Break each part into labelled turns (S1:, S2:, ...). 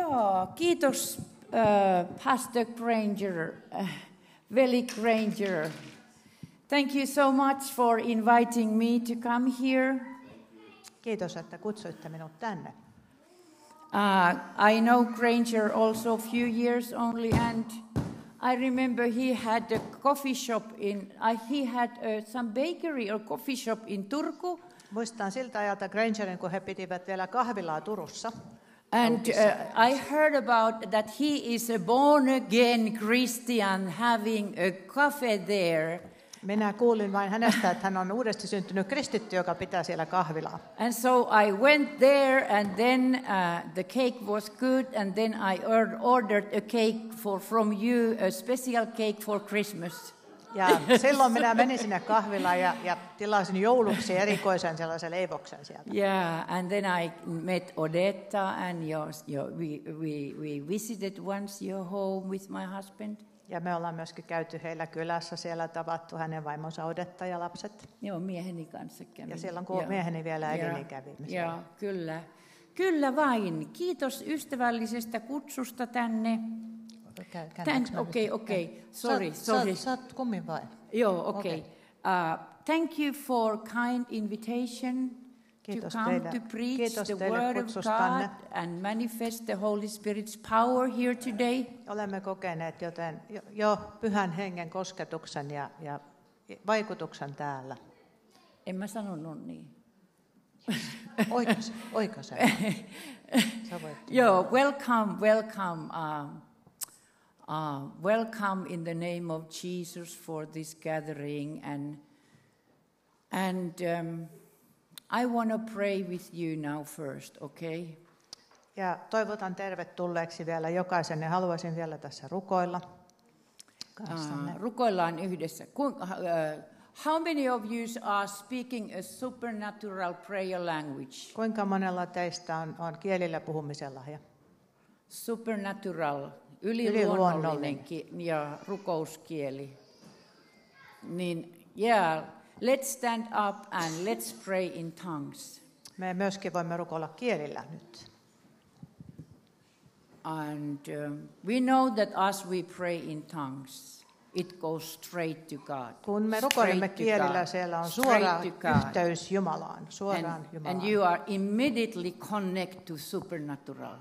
S1: Joo, kiitos äh, Pastor Granger, äh, Veli Granger. Thank you so much for inviting me to come here.
S2: Kiitos, että kutsuitte minut tänne.
S1: Uh, I know Granger also a few years only, and I remember he had a coffee shop in, uh, he had uh, some bakery or coffee shop in Turku,
S2: Muistan siltä ajalta Grangerin, kun he pitivät vielä kahvilaa Turussa.
S1: and uh, I heard about that he is a born again Christian having a cafe there.
S2: Minä kuulin vain hänestä, että hän on uudesti syntynyt kristitty, joka pitää siellä kahvilaa.
S1: And so I went there, and then uh, the cake was good, and then I or- ordered a cake for from you, a special cake for Christmas.
S2: Ja silloin minä menin sinne kahvilaan ja, ja tilasin jouluksi erikoisen sellaisen leivoksen sieltä.
S1: Yeah, and then I met Odetta, and your, your, we, we, we visited once your home with my husband.
S2: Ja me ollaan myöskin käyty heillä kylässä, siellä tavattu hänen vaimonsa Odetta ja lapset.
S1: Joo, mieheni kanssa kävin.
S2: Ja silloin, kun mieheni vielä eli, niin kävimme siellä.
S1: Joo, kyllä. Kyllä vain. Kiitos ystävällisestä kutsusta tänne. Thanks, okay, okay. Sorry, sorry.
S2: Sä, sä, sä oot kummin vain.
S1: Joo, okei. Okay. Uh, thank you for kind invitation
S2: Kiitos
S1: to come
S2: teidän-
S1: to preach
S2: kiitos
S1: the
S2: teidän
S1: word of
S2: kutsustanne.
S1: God and manifest the Holy Spirit's power here today.
S2: Olemme kokeneet joten jo, jo pyhän hengen kosketuksen ja, ja vaikutuksen täällä.
S1: En mä sanonut niin.
S2: Oikas, oikas. Sä voit.
S1: Joo, welcome, welcome. Um, uh, welcome in the name of Jesus for this gathering and and um, I want to pray with you now first, okay?
S2: Ja toivotan tervetulleeksi vielä jokaisen ja haluaisin vielä tässä rukoilla. kanssanne.
S1: Uh, rukoillaan yhdessä. Ku, uh, how many of you are speaking a supernatural prayer language?
S2: Kuinka monella teistä on, on kielillä puhumisen lahja?
S1: Supernatural,
S2: Yliluonnollinen.
S1: yliluonnollinen ki- ja rukouskieli. Niin, yeah, let's stand up and let's pray in tongues.
S2: Me myöskin voimme rukoilla kielillä nyt.
S1: And um, we know that as we pray in tongues, it goes straight to God.
S2: Kun me rukoilemme
S1: Straight to
S2: kielillä,
S1: God.
S2: siellä on
S1: Straight
S2: suora
S1: to God.
S2: yhteys Jumalaan. Suoraan
S1: and,
S2: Jumalaan.
S1: and you are immediately connected to supernatural.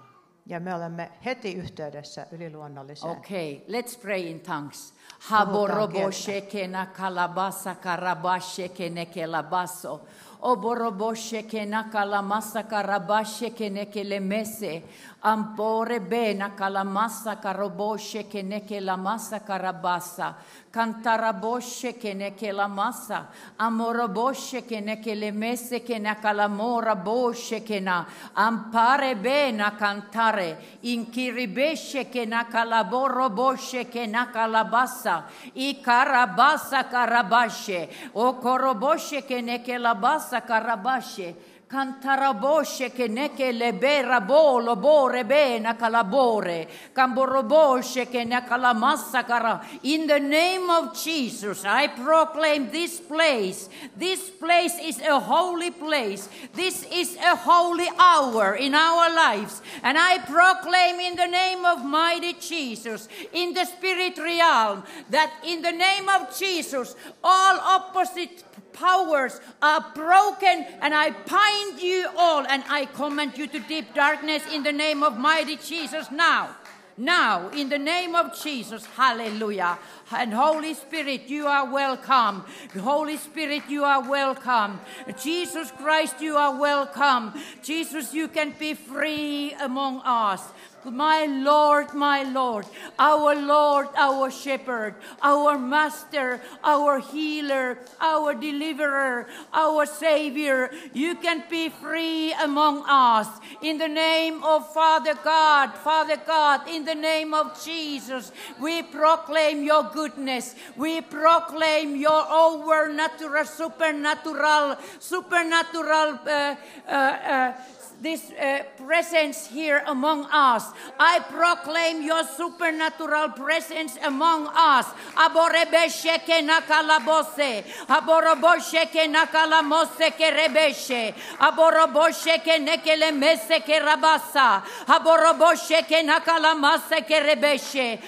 S2: Ja me olemme heti yhteydessä yliluonnolliseen.
S1: Okay, let's pray in tongues.
S2: Puhutaan
S1: Haborobo
S2: kieltä.
S1: shekena kalabasa karabashekene kelabaso. Oborobo shekena kalamasa karabashekene kelemese. Ampore bena kalamasa karobo shekene kelamasa karabasa. Cantarabo shekene kelamasa. Amorobo shekene kelemese kena kalamora bo shekena. Ampare bena cantare. In kiribeshe kena kalaboro boshe kena kalabasa. I karabasa karabashe. O koroboshe kene kelabasa karabashe. Cantaraboshe che neke lebera bolo bore bena calabore, camboroboshe che ne massacra. In the name of Jesus, I proclaim this place. This place is a holy place. This is a holy hour in our lives. And I proclaim in the name of mighty Jesus, in the spirit realm, that in the name of Jesus, all opposite powers are broken and I bind you all and I command you to deep darkness in the name of mighty Jesus now. Now, in the name of Jesus, hallelujah. And Holy Spirit, you are welcome. Holy Spirit, you are welcome. Jesus Christ, you are welcome. Jesus, you can be free among us. My Lord, my Lord, our Lord, our Shepherd, our Master, our Healer, our Deliverer, our Savior, you can be free among us. In the name of Father God, Father God, in the name of Jesus, we proclaim your goodness. We proclaim your overnatural, supernatural, supernatural. Uh, uh, uh, this uh, presence here among us. I proclaim your supernatural presence among us. Aborebeshe ke nakalabose. Aboroboshe ke nakalamose ke rebeshe. Aboroboshe ke nekelemese ke rabasa. Aboroboshe ke nakalamase ke rebeshe.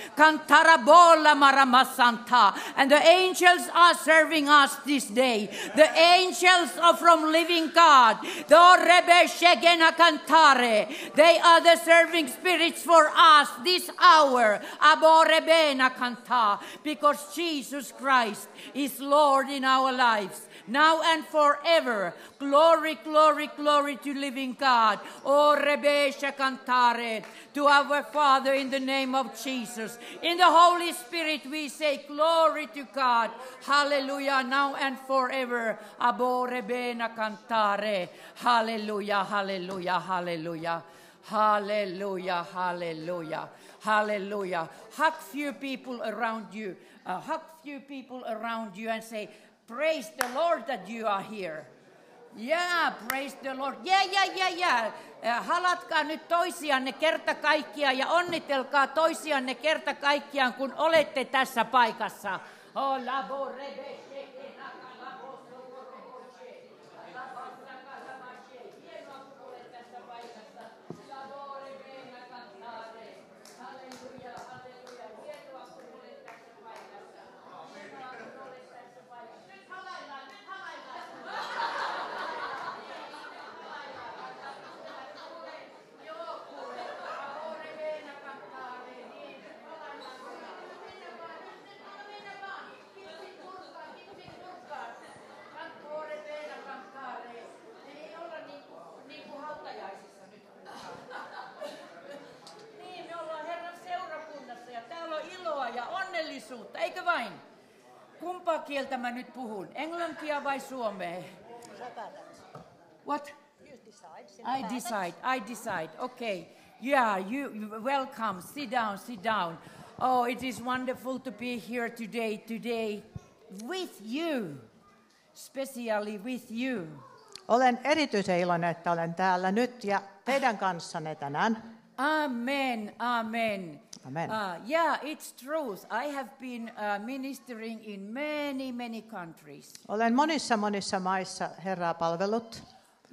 S1: Kantarabola maramasanta. And the angels are serving us this day. The angels are from living God. The rebeshe ke Cantare. They are the serving spirits for us this hour. Aborebena canta. Because Jesus Christ is Lord in our lives. Now and forever. Glory, glory, glory to living God. O Rebesha cantare. To our Father in the name of Jesus. In the Holy Spirit we say glory to God. Hallelujah. Now and forever. Aborebena cantare. Hallelujah. Hallelujah. Hallelujah, hallelujah, hallelujah, hallelujah, hallelujah. Hug few people around you, uh, hug few people around you and say, Praise the Lord that you are here. Yeah, praise the Lord. Yeah, yeah, yeah, yeah. Äh, Halatkaa nyt toisianne kerta kaikkiaan ja onnitelkaa toisianne kerta kaikkiaan, kun olette tässä paikassa. Oh, labo, rebe, sheke, naka, labo, soko, rebo, she. Niin, me ollaan Herran seurakunnassa ja täällä on iloa ja onnellisuutta, eikö vain? Kumpaa kieltä mä nyt puhun, englantia vai suomea? What? I decide, I decide. Okay. Yeah, you, you- welcome. Sit down, sit down. Oh, it is wonderful to be here today, today with you, especially with you.
S2: Olen erityisen iloinen, että olen täällä nyt ja teidän kanssanne tänään.
S1: Amen, amen.
S2: Amen.
S1: Uh, yeah, it's truth. I have been uh, ministering in many, many countries.
S2: Olen monissa monissa maissa Herraa palvellut.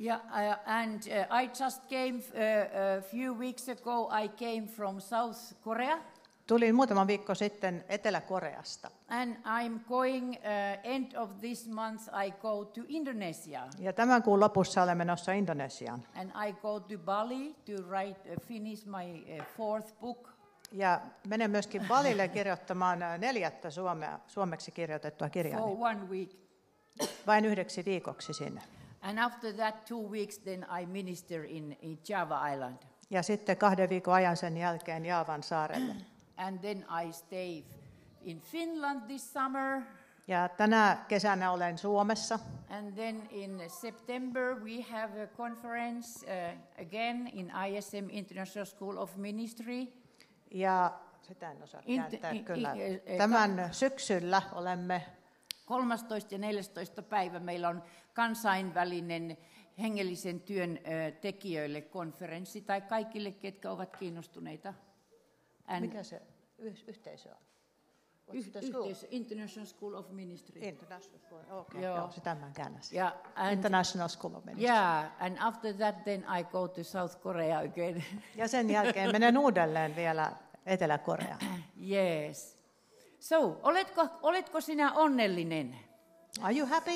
S1: Yeah, uh, and uh, I just came uh, a few weeks ago. I came from South Korea,
S2: Tulin muutama viikko sitten Etelä-Koreasta
S1: and I'm going uh, end of this month. I go to Indonesia,
S2: ja tämän kuun lopussa olen menossa Indonesiaan.
S1: and I go to Bali to write, uh, finish my uh, fourth book.
S2: Ja menen myöskin Balille kirjoittamaan ää, neljättä suomea, suomeksi kirjoitettua kirjaa.
S1: for one week.
S2: Vain yhdeksi viikoksi sinne.
S1: And after that, two weeks, then I minister in, in Java Island.
S2: Ja sitten kahden viikon ajan sen jälkeen Jaavan saarelle.
S1: And then I stay in Finland this summer.
S2: Ja tänä kesänä olen Suomessa.
S1: And then in September, we have a conference uh, again in ISM International School of Ministry.
S2: Ja sitä en osaa
S1: Int-
S2: kääntää
S1: i- i-
S2: kyllä.
S1: e- e-
S2: Tämän syksyllä olemme
S1: 13. ja 14. päivä meillä on kansainvälinen hengellisen työn ö, tekijöille konferenssi tai kaikille, ketkä ovat kiinnostuneita. And
S2: Mikä se yh- yhteisö on? What's
S1: yh-
S2: the school?
S1: yhteisö, International School of Ministry.
S2: International School. Okay,
S1: Joo.
S2: joo. joo, sitä mä käännän.
S1: Yeah, and,
S2: International School of Ministry.
S1: yeah, and after that then I go to South Korea again.
S2: Ja sen jälkeen menen uudelleen vielä Etelä-Koreaan.
S1: Yes. So, oletko, oletko sinä onnellinen?
S2: Are you happy?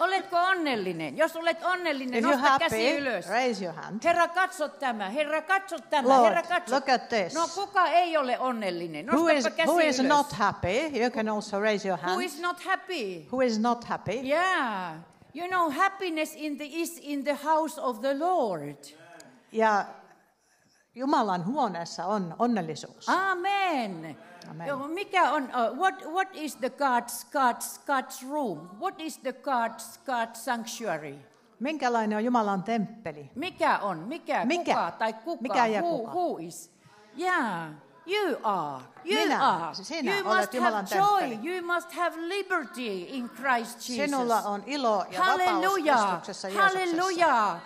S1: Oletko onnellinen? Jos olet onnellinen,
S2: If you're
S1: nosta
S2: happy,
S1: käsi ylös.
S2: raise your hand.
S1: Herra, katso tämä. Herra, katso tämä.
S2: Lord,
S1: Herra, katso.
S2: look at this.
S1: No, kuka ei ole onnellinen?
S2: Who
S1: Nostapa
S2: is,
S1: käsi
S2: who is
S1: ylös.
S2: not happy? You can also raise your
S1: who
S2: hand.
S1: is not happy?
S2: Who is not happy?
S1: Yeah. You know, happiness in the, is in the house of the Lord.
S2: Ja Jumalan huoneessa on onnellisuus.
S1: Ah. Amen.
S2: Amen.
S1: Joo, Mikä on, uh, what, what is the God's, God's, God's room? What is the God's, God's sanctuary?
S2: Minkälainen on Jumalan temppeli?
S1: Mikä on? Mikä?
S2: Mikä?
S1: Kuka? Tai kuka?
S2: Mikä ja
S1: who,
S2: kuka?
S1: who is? Yeah. You are. You
S2: Minä. Siis
S1: are.
S2: Sinä
S1: you
S2: olet
S1: must
S2: Jumalan
S1: have joy.
S2: temppeli.
S1: You must have liberty in Christ Jesus.
S2: Sinulla on ilo ja vapaus
S1: Hallelujah.
S2: Kristuksessa Jeesuksessa.
S1: Hallelujah.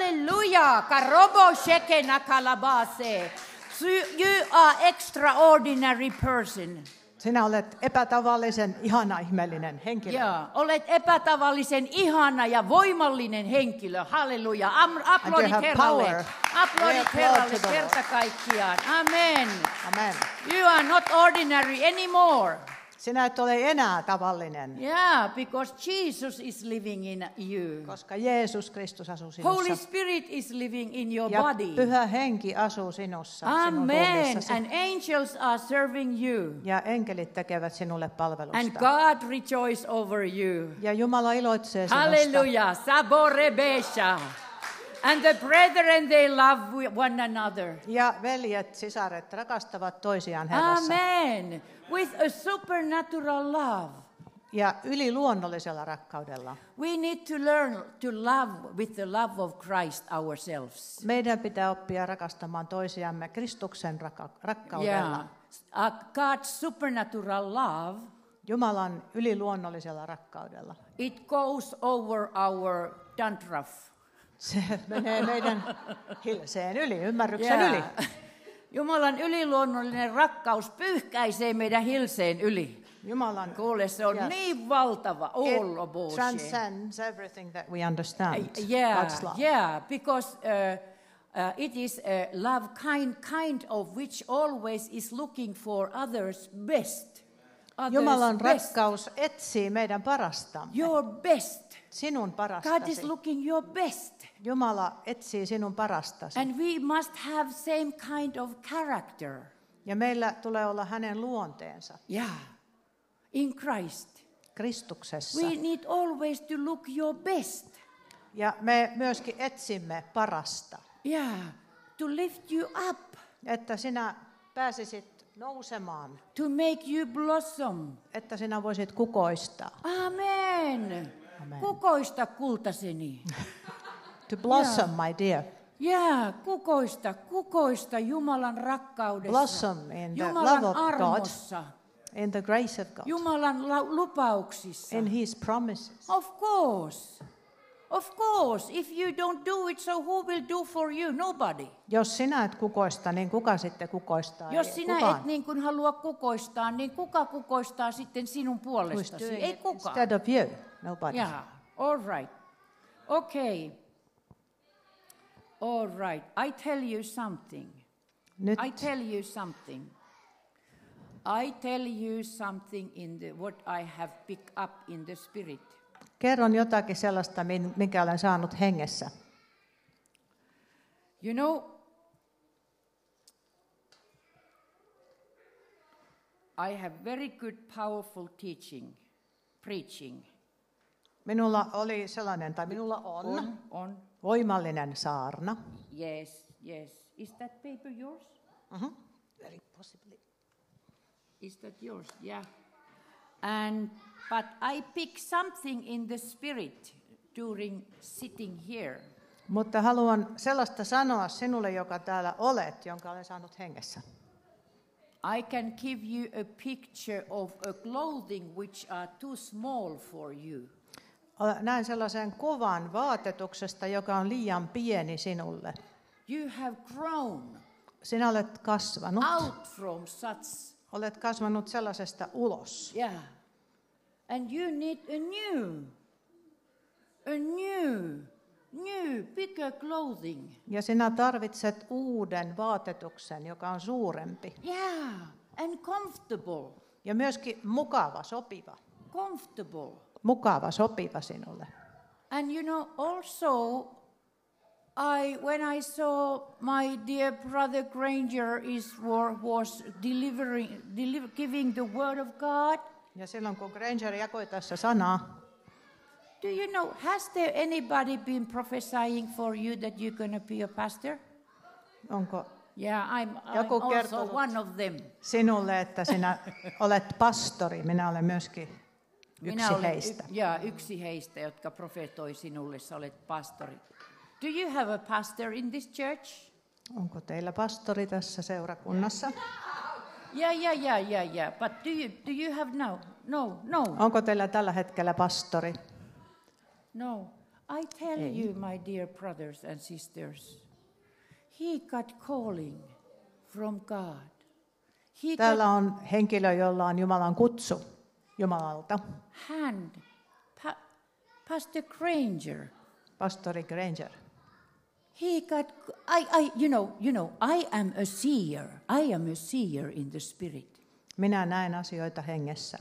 S1: Hallelujah. Karobo shekena kalabase. So you- you are extraordinary person.
S2: Sinä olet epätavallisen, ihana, ihmeellinen henkilö.
S1: Joo, olet epätavallisen ihana ja voimallinen henkilö. Halleluja. Am-
S2: And you
S1: Aplodit
S2: have
S1: Herralle.
S2: power.
S1: Aplodit
S2: Yes,
S1: Herralle
S2: Lord, to the Lord.
S1: kerta kaikkiaan. Amen.
S2: Amen.
S1: You are not ordinary anymore.
S2: Sinä et ole enää tavallinen,
S1: Yeah, because Jesus is living in you.
S2: koska Jeesus Kristus asuu sinussa.
S1: Holy Spirit is living in your
S2: ja
S1: body.
S2: pyhä henki asuu sinussa, sinun
S1: Amen.
S2: ruumiissasi.
S1: And angels are serving you.
S2: Ja enkelit tekevät sinulle palvelusta.
S1: And God rejoice over you.
S2: ja Jumala iloitsee sinusta.
S1: Hallelujah. Saborebesha. And the brethren, they love wi- one another.
S2: Ja veljet, sisaret rakastavat toisiaan Herrassa.
S1: Amen. With a supernatural love.
S2: Ja yliluonnollisella rakkaudella.
S1: We need to learn to love with the love of Christ ourselves.
S2: Meidän pitää oppia rakastamaan toisiamme Kristuksen raka- rakkaudella.
S1: Yeah. Uh, God's supernatural love,
S2: Jumalan yliluonnollisella rakkaudella.
S1: it goes over our dandruff.
S2: Se menee meidän hilseen yli, ymmärryksen yli.
S1: Jumalan yliluonnollinen rakkaus pyyhkäisee meidän hilseen yli.
S2: Jumalan
S1: Kuule, se on
S2: Yes.
S1: niin valtava. All
S2: it
S1: about
S2: transcends everything that we understand.
S1: Yeah,
S2: God's love.
S1: yeah, because uh, uh, it is a love kind, kind of which always is looking for others' best. Others
S2: Jumalan
S1: best.
S2: rakkaus etsii meidän parasta,
S1: Your best.
S2: sinun
S1: God is
S2: parastasi.
S1: looking your best.
S2: Jumala etsii sinun parastasi.
S1: And we must have same kind of character.
S2: Ja meillä tulee olla hänen luonteensa
S1: Yeah. In Christ.
S2: Kristuksessa.
S1: We need always to look your best.
S2: Ja me myöskin etsimme parasta,
S1: Yeah. To lift you up,
S2: että sinä pääsisit nousemaan,
S1: to make you blossom.
S2: että sinä voisit kukoistaa.
S1: Amen.
S2: Amen.
S1: Kukoista kultaseni.
S2: To blossom, my dear.
S1: Jää, kukoista, kukoista Jumalan rakkaudessa.
S2: Blossom in the
S1: Jumalan
S2: love of God.
S1: armossa.
S2: In the grace of God.
S1: Jumalan la- lupauksissa.
S2: In his promises.
S1: Of course. Of course. If you don't do it, so who will do for you? Nobody.
S2: Jos sinä et kukoista, niin kuka sitten kukoistaa?
S1: Jos
S2: Ei
S1: sinä
S2: kukaan.
S1: et niin kuin halua kukoistaa, niin kuka kukoistaa sitten sinun
S2: Who is
S1: puolestasi?
S2: doing
S1: Ei
S2: it
S1: kukaan.
S2: Instead of you, nobody.
S1: Yeah, all right. Okay. All right. I tell you something.
S2: Nyt
S1: I tell you something. I tell you something in the what I have picked up in the spirit.
S2: kerron jotakin sellaista, min- minkä olen saanut hengessä.
S1: You know, I have very good powerful teaching, preaching.
S2: Minulla oli sellainen, tai minulla on,
S1: On, on.
S2: voimallinen saarna.
S1: Yes, yes. Is that paper yours?
S2: Very possibly.
S1: Is that yours? Yeah. And but I pick something in the spirit during sitting here.
S2: Mutta haluan sellaista sanoa sinulle, joka täällä olet, jonka olen saanut hengessä.
S1: I can give you a picture of a clothing which are too small for you.
S2: Ole- Näen sellaisen kuvan vaatetuksesta, joka on liian pieni sinulle.
S1: You have grown
S2: Sinä olet kasvanut.
S1: out from such
S2: Olet kasvanut sellaisesta ulos.
S1: yeah. And you need a new a new new bigger clothing.
S2: Ja sinä tarvitset uuden vaatetuksen, joka on suurempi.
S1: Yeah. And comfortable.
S2: Ja myöskin mukava, sopiva.
S1: Comfortable.
S2: Mukava, sopiva sinulle.
S1: And you know, also, I when I saw my dear brother Granger is war, was delivering, deliver, giving the word of God.
S2: Ja silloin kun Granger jakoi tässä sanaa,
S1: Do you know? Has there anybody been prophesying for you that you're going to be a pastor?
S2: onko
S1: Yeah, I'm, I'm
S2: Joku
S1: also
S2: kertonut.
S1: one of them.
S2: sinulle, että sinä olet pastori, minä olen myöskin
S1: Minä
S2: yksi
S1: olen
S2: heistä.
S1: Y- yeah, yksi heistä, jotka profetoi sinulle, sä olet pastori. Do you have a pastor in this church?
S2: Onko teillä pastori tässä seurakunnassa?
S1: Yeah, yeah, yeah, yeah, yeah. But do you do you have no, no, no,
S2: Onko teillä tällä hetkellä pastori?
S1: no? I tell you, my dear brothers and sisters, he got calling from God. He got
S2: Täällä on henkilö, jolla on Jumalan kutsu Jumalalta.
S1: hand. Pa- Pastor Granger,
S2: Pastori Granger.
S1: he got. I, I, you know, you know. I am a seer. I am a seer in the spirit.
S2: Minä näen asioita hengessä.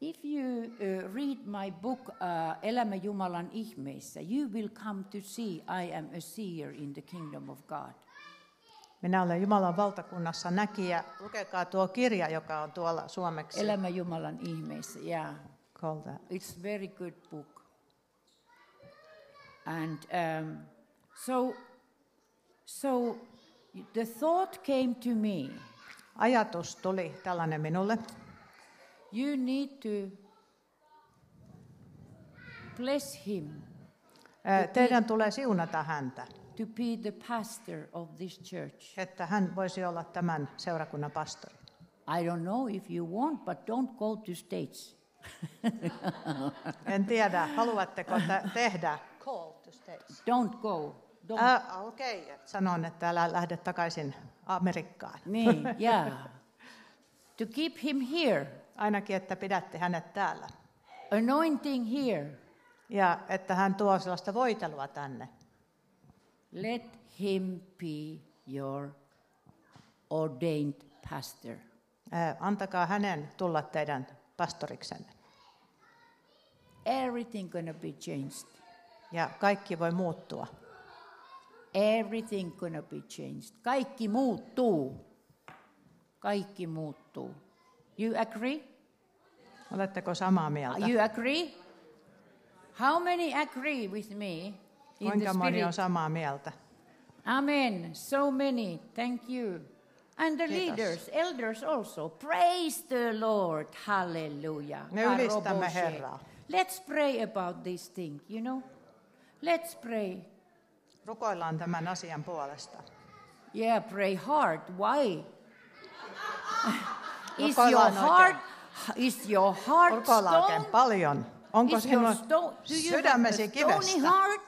S1: If you uh, read my book uh, Elämä Jumalan ihmeissä, you will come to see I am a seer in the kingdom of God.
S2: Minä olen Jumalan valtakunnassa näkijä. Lukekaa tuo kirja, joka on tuolla suomeksi.
S1: Elämä Jumalan ihmeissä, yeah.
S2: Called that.
S1: It's very good book. And um, so, so the thought came to me,
S2: Ajatus tuli tällainen minulle.
S1: you need to bless him
S2: Ö, Teidän tulee siunata häntä,
S1: to be the pastor of this church.
S2: että hän voisi olla tämän seurakunnan pastori.
S1: I don't know if you want, but don't go to States.
S2: En tiedä, haluatteko te- tehdä? Call to States.
S1: Don't go. Don't.
S2: Äh, Okei, okay. sanon, että älä lähde takaisin Amerikkaan.
S1: Me, yeah. To keep him here,
S2: Ainakin, että pidätte hänet täällä.
S1: anointing here.
S2: Ja että hän tuo sellaista voitelua tänne.
S1: Let him be your ordained pastor.
S2: Äh, Antakaa hänen tulla teidän pastoriksenne.
S1: Everything gonna be changed.
S2: Ja kaikki voi muuttua.
S1: Everything gonna be changed. Kaikki muuttuu. Kaikki muuttuu. You agree?
S2: Oletteko samaa mieltä?
S1: You agree? How many agree with me in the
S2: Kuinka moni on
S1: spirit?
S2: samaa mieltä?
S1: Amen. So many. Thank you. And the
S2: Kiitos.
S1: leaders, elders also. Praise the Lord. Hallelujah.
S2: Me ylistämme
S1: Aroboshe.
S2: Herraa.
S1: Let's pray about this thing, you know? Let's pray.
S2: Rukoillaan tämän asian puolesta.
S1: Yeah, pray hard. Why? is
S2: Rukoillaan
S1: your
S2: oikein.
S1: heart is your heart
S2: Rukoillaan
S1: stone?
S2: oikein paljon. Onko
S1: Is your
S2: sinun
S1: sto- do you have a
S2: sydämesi
S1: stony
S2: kivestä?
S1: heart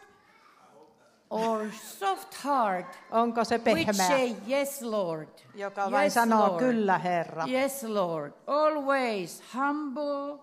S1: or soft heart?
S2: Onko se
S1: Which
S2: pehmeä,
S1: say yes, Lord.
S2: joka vain
S1: yes,
S2: sanoo
S1: Lord.
S2: kyllä Herra?
S1: Yes, Lord. Always humble,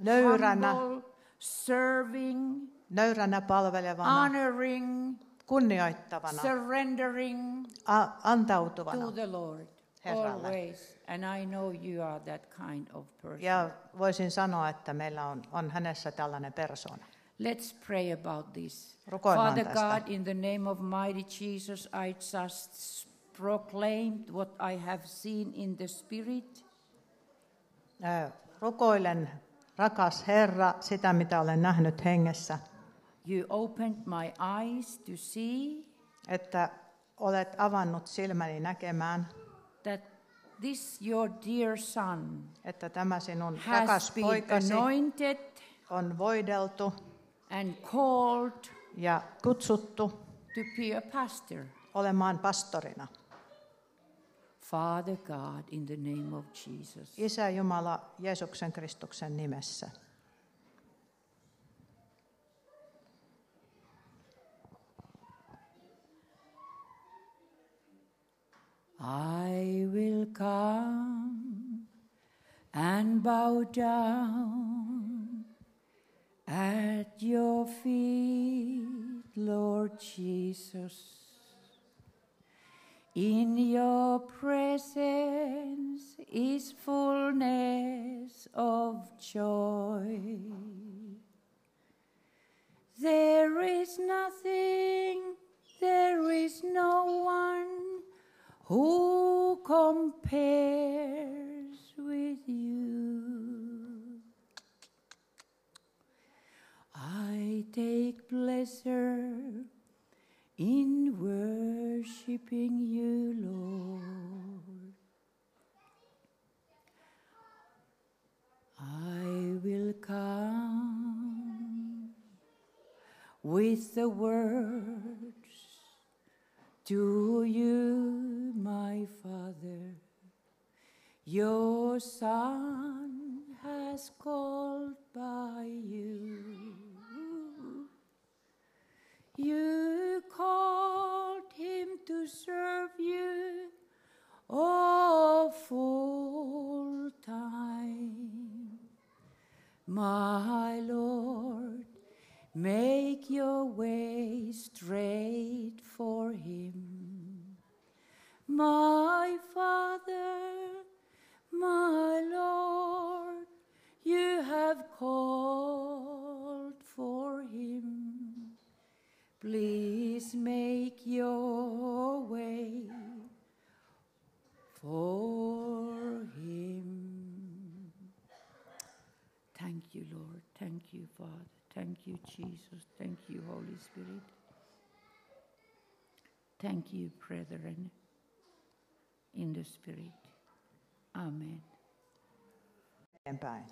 S2: Nöyränä,
S1: humble, serving,
S2: nöyränä palvelevana,
S1: honoring,
S2: kunnioittavana,
S1: surrendering
S2: a-
S1: to
S2: antautuvana.
S1: the Lord.
S2: Herralle.
S1: Always. And I know you are that kind of person.
S2: Ja voisin sanoa, että meillä on, on hänessä tällainen persoona.
S1: Let's pray about this.
S2: Rukoillaan
S1: Father
S2: tästä.
S1: God, in the name of mighty Jesus, I just proclaimed what I have seen in the Spirit.
S2: Ö, Rukoilen, rakas Herra, sitä mitä olen nähnyt hengessä,
S1: You opened my eyes to see
S2: että olet avannut silmäni näkemään,
S1: that this your dear son
S2: että tämä sinun
S1: has
S2: rakas
S1: been
S2: poikasi
S1: anointed
S2: on voideltu
S1: and called
S2: ja kutsuttu
S1: to be a pastor.
S2: olemaan pastorina.
S1: Father God, in the name of Jesus,
S2: Isä Jumala Jeesuksen Kristuksen nimessä.
S1: I will come and bow down at your feet, Lord Jesus. In your presence is fullness of joy. There is nothing, there is no one who compares with you. I take pleasure in worshiping you, Lord. I will come with the words to you, my Father. Your son has called by you. You called him to serve you all full time. My Lord, make your way straight for him. My Father, my Lord, you have called for him. Please make your way for him. Thank you, Lord. Thank you, Father. Thank you, Jesus. Thank you, Holy Spirit. Thank you, brethren, in the Spirit. Amen.
S2: eteenpäin.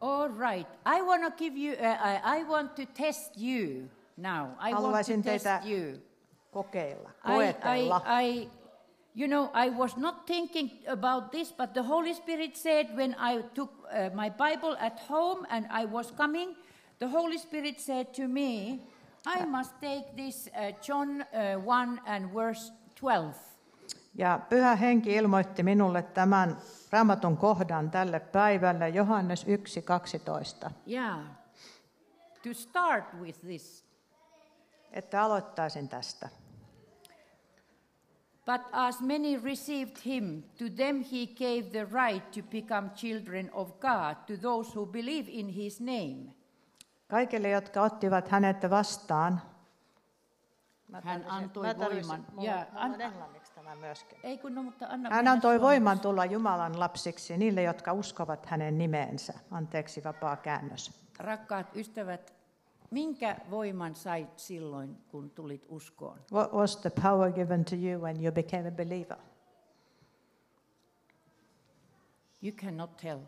S1: All right. I want to give you, uh, I, I want to test you now. I want to
S2: Haluaisin
S1: test
S2: teitä
S1: you.
S2: Kokeilla,
S1: I,
S2: koetella.
S1: I, I, you know, I was not thinking about this, but the Holy Spirit said when I took uh, my Bible at home and I was coming, the Holy Spirit said to me, I must take this uh, John uh, 1 and verse 12.
S2: Ja Pyhä Henki ilmoitti minulle tämän raamatun kohdan tälle päivälle, Johannes 1.12,
S1: Yeah. To start with this.
S2: että aloittaisin tästä.
S1: But as many received him, to them he gave the right to become children of God, to those who believe in his name.
S2: Kaikille, jotka ottivat hänet vastaan,
S1: Hän antoi voiman.
S2: Ja,
S1: Ja,
S2: an...
S1: an-
S2: englanniksi tämä myöskin.
S1: Ei kun, no, mutta anna
S2: Hän
S1: mennä
S2: antoi
S1: suomeksi.
S2: voiman tulla Jumalan lapsiksi niille, jotka uskovat hänen nimeensä. Anteeksi vapaa käännös.
S1: Rakkaat ystävät, minkä voiman sait silloin, kun tulit uskoon?
S2: What was the power given to you when you became a believer?
S1: You cannot tell.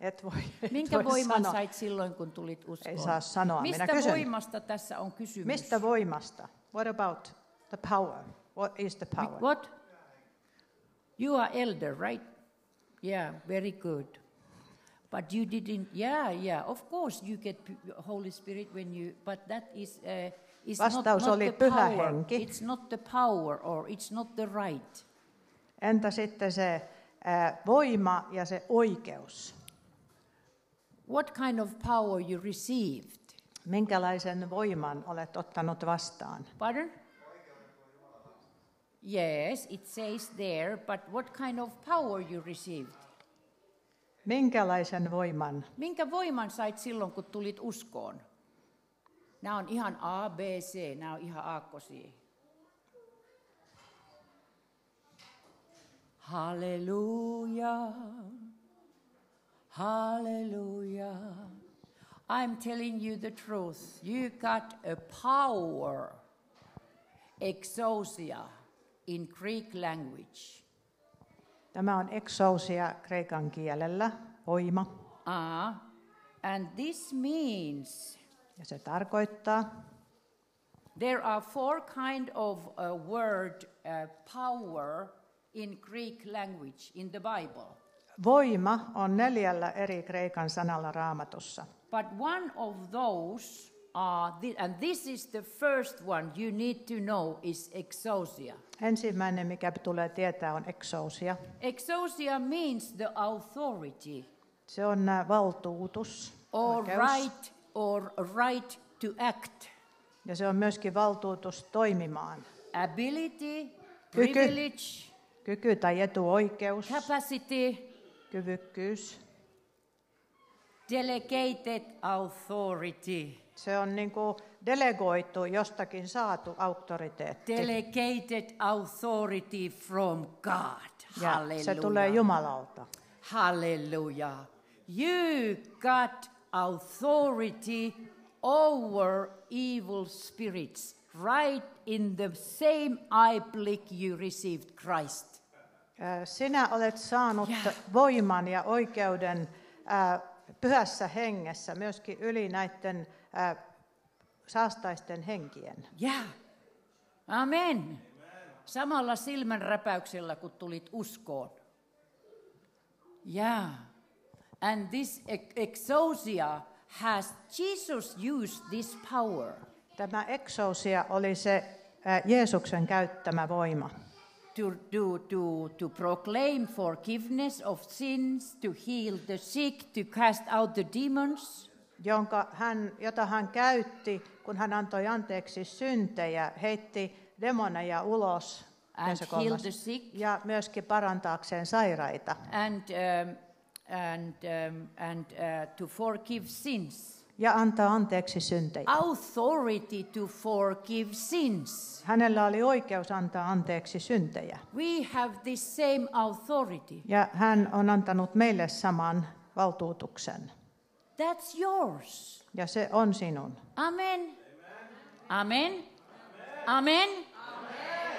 S2: Et voi, et
S1: Minkä
S2: voi
S1: voiman
S2: sanoa.
S1: sait silloin, kun tulit uskoon?
S2: Ei saa sanoa, minä
S1: Mistä
S2: kysyn.
S1: voimasta tässä on kysymys?
S2: Mistä voimasta? What about the power? What is the power?
S1: What? You are elder, right? Yeah, very good. But you didn't. Yeah, yeah. Of course, you get p- Holy Spirit when you. But that is uh, is not,
S2: Vastaus
S1: not
S2: oli
S1: the
S2: Pyhä
S1: power.
S2: Henki.
S1: It's not the power, or it's not the right.
S2: Entä sitten se ää, voima ja se oikeus?
S1: What kind of power you received?
S2: Minkälaisen voiman olet ottanut vastaan?
S1: Pardon? Yes, it says there. But what kind of power you received?
S2: Minkälaisen voiman?
S1: Minkä voiman sait silloin, kun tulit uskoon? Nämä on ihan A, B, C, nämä on ihan aakkosia. Halleluja, halleluja. I'm telling you the truth. You got a power, exousia, in Greek language.
S2: Tämä on exousia kreikan kielellä, voima.
S1: Ah, and this means
S2: Ja se tarkoittaa,
S1: There are four kind of uh, word uh, power in Greek language in the Bible.
S2: voima on neljällä eri kreikan sanalla raamatussa.
S1: But one of those are thi- and this is the first one you need to know is exousia.
S2: Ensimmäinen, mikä tulee tietää, on exousia.
S1: Exousia means the authority
S2: Se on ää, valtuutus,
S1: or
S2: oikeus.
S1: right or right to act,
S2: ja se on myöskin valtuutus toimimaan.
S1: ability,
S2: Kyky.
S1: privilege,
S2: Kyky tai etuoikeus,
S1: capacity,
S2: kyvykkyys.
S1: delegated authority.
S2: Se on niin kuin delegoitu, jostakin saatu auktoriteetti.
S1: Delegated authority from God.
S2: ja se tulee
S1: Hallelujah.
S2: Jumalalta.
S1: Hallelujah. You got authority over evil spirits right in the same eye blick you received Christ.
S2: Ö, Sinä olet saanut
S1: Jaa.
S2: voiman ja oikeuden ö, pyhässä hengessä myöskin yli näiden ö, saastaisten henkien.
S1: Yeah. Amen. Samalla silmänräpäyksellä, kun tulit uskoon. Yeah. And this ex- exousia has Jesus used this power
S2: Tämä exousia oli se äh, Jeesuksen käyttämä voima.
S1: to do to to proclaim forgiveness of sins, to heal the sick, to cast out the demons.
S2: jonka hän, jota hän käytti, kun hän antoi anteeksi syntejä, heitti demoneja ulos
S1: And
S2: Jeesuksen
S1: heal
S2: kolmas-
S1: the sick.
S2: ja myöskin parantaakseen sairaita
S1: and um, and um, and uh, to forgive sins.
S2: ja antaa anteeksi syntejä.
S1: Authority to forgive sins.
S2: Hänellä oli oikeus antaa anteeksi syntejä
S1: We have this same authority.
S2: ja hän on antanut meille saman valtuutuksen
S1: That's yours.
S2: ja se on sinun.
S1: Amen. Amen. Amen.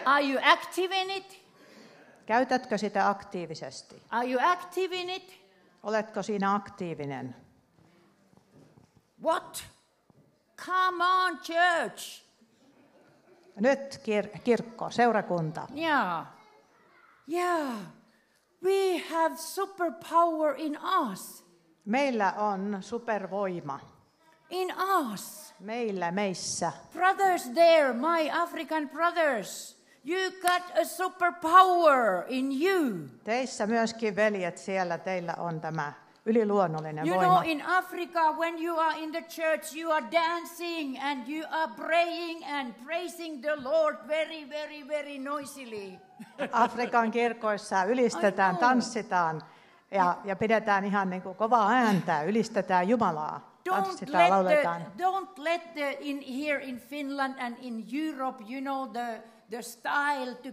S1: Are you active in it?
S2: Käytätkö sitä aktiivisesti?
S1: Are you active in it?
S2: Oletko siinä aktiivinen?
S1: What? Come on, church.
S2: Nyt kir- kirkko, seurakunta.
S1: Yeah. Yeah. We have superpower in us.
S2: Meillä on supervoima.
S1: In us.
S2: Meillä, meissä.
S1: Brothers there, my African brothers, you got a superpower in you.
S2: Teissä myöskin, veljet, siellä teillä on tämä yliluonnollinen
S1: You
S2: voima.
S1: know, in Africa, when you are in the church, you are dancing and you are praying and praising the Lord very, very, very noisily.
S2: Afrikan kirkoissa ylistetään,
S1: know.
S2: tanssitaan ja, ja pidetään ihan niin kuin kovaa ääntä, ylistetään Jumalaa,
S1: Don't
S2: tanssitaan,
S1: let,
S2: lauletaan.
S1: the, No. don't let the in here in Finland and in Europe, you know, the, the style to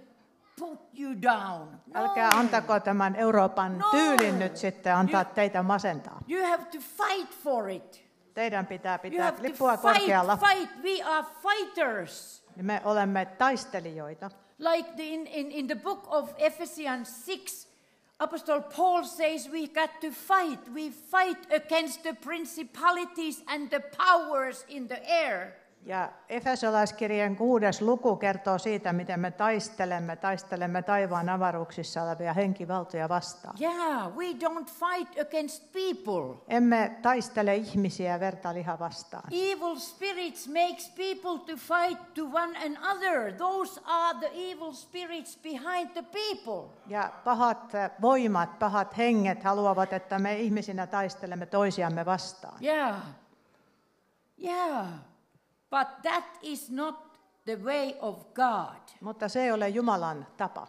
S1: put you down.
S2: Älkää
S1: No.
S2: antako tämän Euroopan
S1: No.
S2: tyylin nyt sitten antaa
S1: You-
S2: teitä masentaa.
S1: You have to fight for it.
S2: Teidän pitää
S1: You
S2: pitää
S1: have to
S2: lippua
S1: fight,
S2: korkealla.
S1: fight. We are fighters.
S2: Me olemme taistelijoita.
S1: Like the, in, in, in the book of Ephesians 6, Apostle Paul says we got to fight. We fight against the principalities and the powers in the air.
S2: Ja Efesolaiskirjan kuudes luku kertoo siitä, miten me taistelemme, taistelemme taivaan avaruuksissa olevia henkivaltoja vastaan.
S1: Yeah, we don't fight against people.
S2: Emme taistele ihmisiä verta liha vastaan.
S1: Evil spirits makes people to fight to one another. Those are the evil spirits behind the people.
S2: Ja pahat äh, voimat, pahat henget haluavat, että me ihmisinä taistelemme toisiamme vastaan.
S1: Yeah. Yeah. But that is not the way of God.
S2: Mutta se ei ole Jumalan tapa.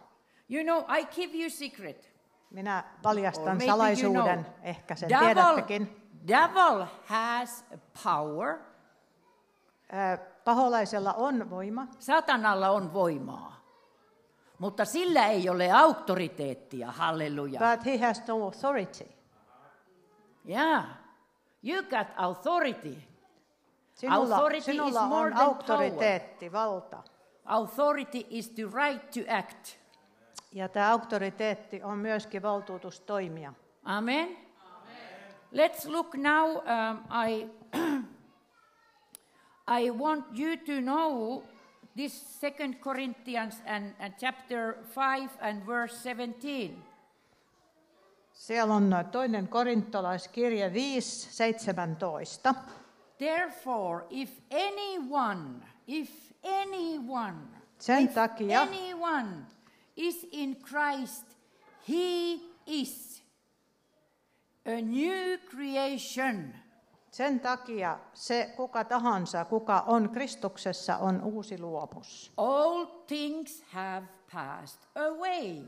S1: You know, I give you secret.
S2: Minä
S1: Or
S2: paljastan
S1: maybe you
S2: salaisuuden,
S1: know.
S2: ehkä sen
S1: Devil,
S2: tiedättekin.
S1: devil has a power.
S2: Äh, Paholaisella on voima,
S1: Satanalla on voimaa. Mutta sillä ei ole auktoriteettia. Halleluja.
S2: but he has no authority.
S1: yeah. You got authority.
S2: Sinulla,
S1: Authority
S2: sinulla
S1: is more
S2: on
S1: than
S2: auktoriteetti, valta.
S1: Authority is the right to act.
S2: Ja tämä auktoriteetti on myöskin valtuutus toimia.
S1: Amen. Let's look now. Um, I I want you to know this Second Corinthians and, and chapter five and verse seventeen.
S2: Siellä on noin toinen korintolaiskirja 5, 17.
S1: Therefore, if anyone, if anyone,
S2: Sen
S1: if
S2: takia-
S1: niin. anyone is in Christ, he is a new creation.
S2: Sen takia se kuka tahansa, kuka on Kristuksessa, on uusi luomus.
S1: All things have passed away.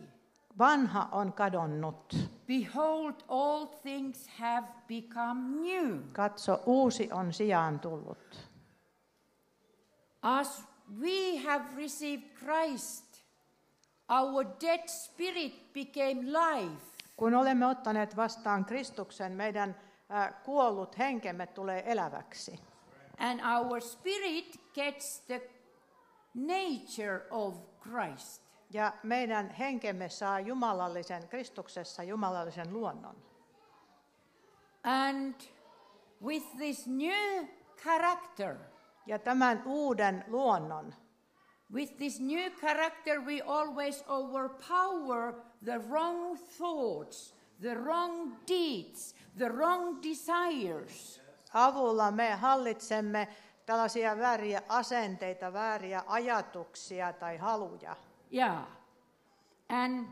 S2: Vanha on kadonnut.
S1: Behold, all things have become new.
S2: Katso, uusi on sijaan tullut.
S1: As we have received Christ, our dead spirit became life.
S2: Kun olemme ottaneet vastaan Kristuksen, meidän äh, kuollut henkemme tulee eläväksi.
S1: And our spirit gets the nature of Christ.
S2: Ja meidän henkemme saa jumalallisen, Kristuksessa jumalallisen luonnon.
S1: And with this new character,
S2: Ja tämän uuden luonnon,
S1: with this new character, we always overpower the wrong thoughts, the wrong deeds, the wrong desires.
S2: Avulla me hallitsemme tällaisia vääriä asenteita, vääriä ajatuksia tai haluja.
S1: Yeah. And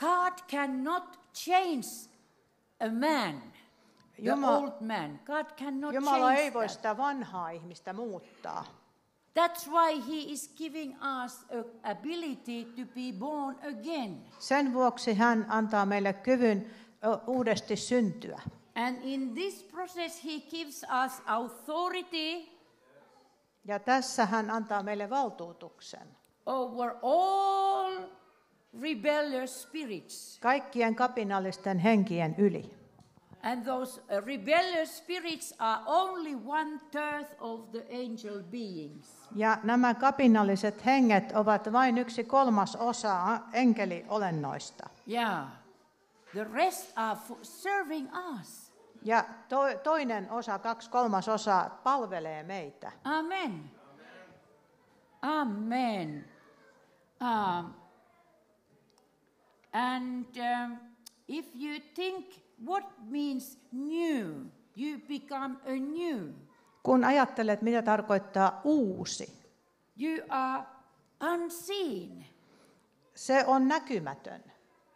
S1: God cannot change a man, the
S2: Jumala-
S1: old man. God cannot
S2: Jumala ei
S1: change
S2: voi
S1: that.
S2: sitä vanhaa ihmistä muuttaa.
S1: That's why he is giving us a ability to be born again.
S2: Sen vuoksi hän antaa meille kyvyn ö, uudesti syntyä.
S1: And in this process he gives us authority
S2: Ja tässä hän antaa meille valtuutuksen.
S1: over all rebellious spirits.
S2: Kaikkien kapinallisten henkien yli.
S1: And those uh, rebellious spirits are only one third of the angel beings.
S2: Ja nämä kapinalliset henget ovat vain yksi kolmas osa enkeliolennoista.
S1: Yeah. The rest are for serving us.
S2: Ja to, toinen osa, kaksi kolmasosaa, palvelee meitä.
S1: Amen. Amen. Um, and um, if you think what means new, you become a new.
S2: Kun ajattelet, mitä tarkoittaa uusi,
S1: You are unseen.
S2: se on näkymätön.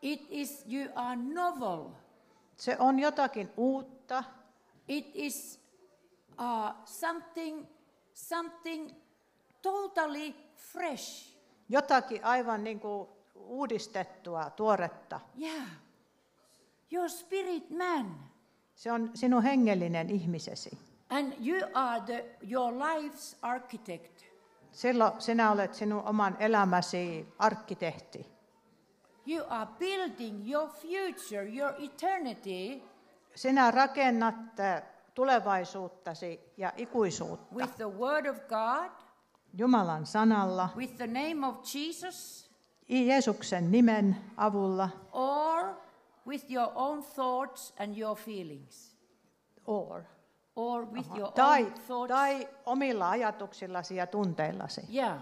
S1: It is you are novel.
S2: Se on jotakin uutta,
S1: It is uh, something something totally fresh.
S2: jotakin aivan niin kuin uudistettua, tuoretta.
S1: Yeah. Your spirit man.
S2: Se on sinun hengellinen ihmisesi.
S1: And you are the, your life's architect.
S2: Silloin sinä olet sinun oman elämäsi arkkitehti.
S1: You are building your future, your eternity
S2: Sinä rakennat äh, tulevaisuuttasi ja ikuisuutta
S1: with the Word of God,
S2: Jumalan sanalla,
S1: with the name of Jesus,
S2: Jeesuksen nimen avulla,
S1: or with your own thoughts and your feelings,
S2: or,
S1: or with your
S2: tai,
S1: own thoughts.
S2: tai omilla ajatuksillasi ja tunteillasi.
S1: Yeah.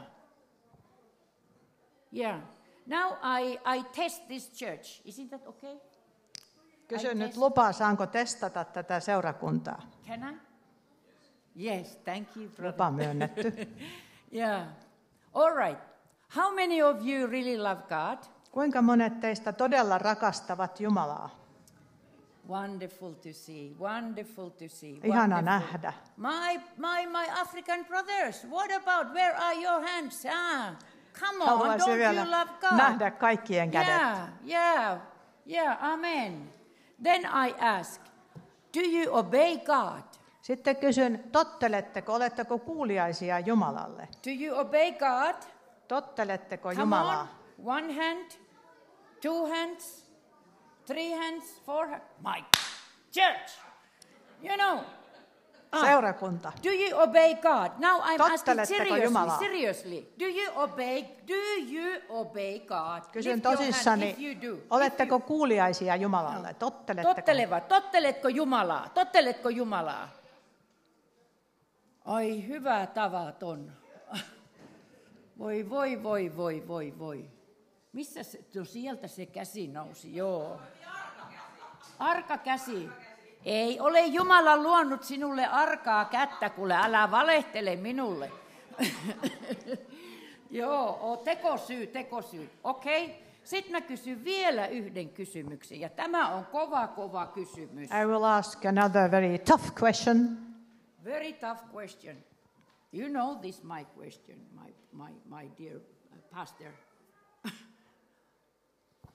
S1: Yeah. Now I, I test this church. Isn't that okay?
S2: Kysyn
S1: I
S2: nyt
S1: test-
S2: lupaa, saanko testata tätä seurakuntaa.
S1: Can I? Yes, thank you, brother.
S2: Lupa myönnetty.
S1: Yeah. All right. How many of you really love God?
S2: Kuinka monet teistä todella rakastavat Jumalaa?
S1: Wonderful to see. Wonderful to see.
S2: Ihana
S1: wonderful.
S2: nähdä.
S1: My, my, my African brothers, what about where are your hands? Ah, come on,
S2: Haluaisin
S1: don't
S2: vielä
S1: you love God?
S2: nähdä kaikkien kädet.
S1: Yeah, yeah, yeah, amen. Then I ask, do you obey God?
S2: Sitten kysyn, totteletteko, oletteko kuuliaisia Jumalalle?
S1: Do you obey God?
S2: Totteletteko
S1: Come on,
S2: Oh, Jumalaa?
S1: one hand, two hands, three hands, four hands. My church, you know. Ah,
S2: Seurakunta.
S1: do you obey God? Now I'm asking
S2: Totteletteko
S1: seriously,
S2: Jumalaa?
S1: seriously. Do you obey? Do you obey God?
S2: Kysyn
S1: Lift your hand
S2: tosissani,
S1: if you do.
S2: oletteko kuuliaisia Jumalalle? Totteletteko?
S1: Totteleva, totteletko Jumalaa? Totteletko Jumalaa? Ai hyvä tavaton. Voi, voi, voi, voi, voi, voi. Missä se, no sieltä se käsi nousi, joo. Arka käsi. Ei ole Jumala luonut sinulle arkaa kättä, kuule, älä valehtele minulle. Joo, oo, tekosyy, tekosyy. Okei, sitten mä kysyn vielä yhden kysymyksen, ja tämä on kova, kova kysymys.
S2: I will ask another very tough question.
S1: Very tough question. You know this my question, my, my, my dear uh, pastor.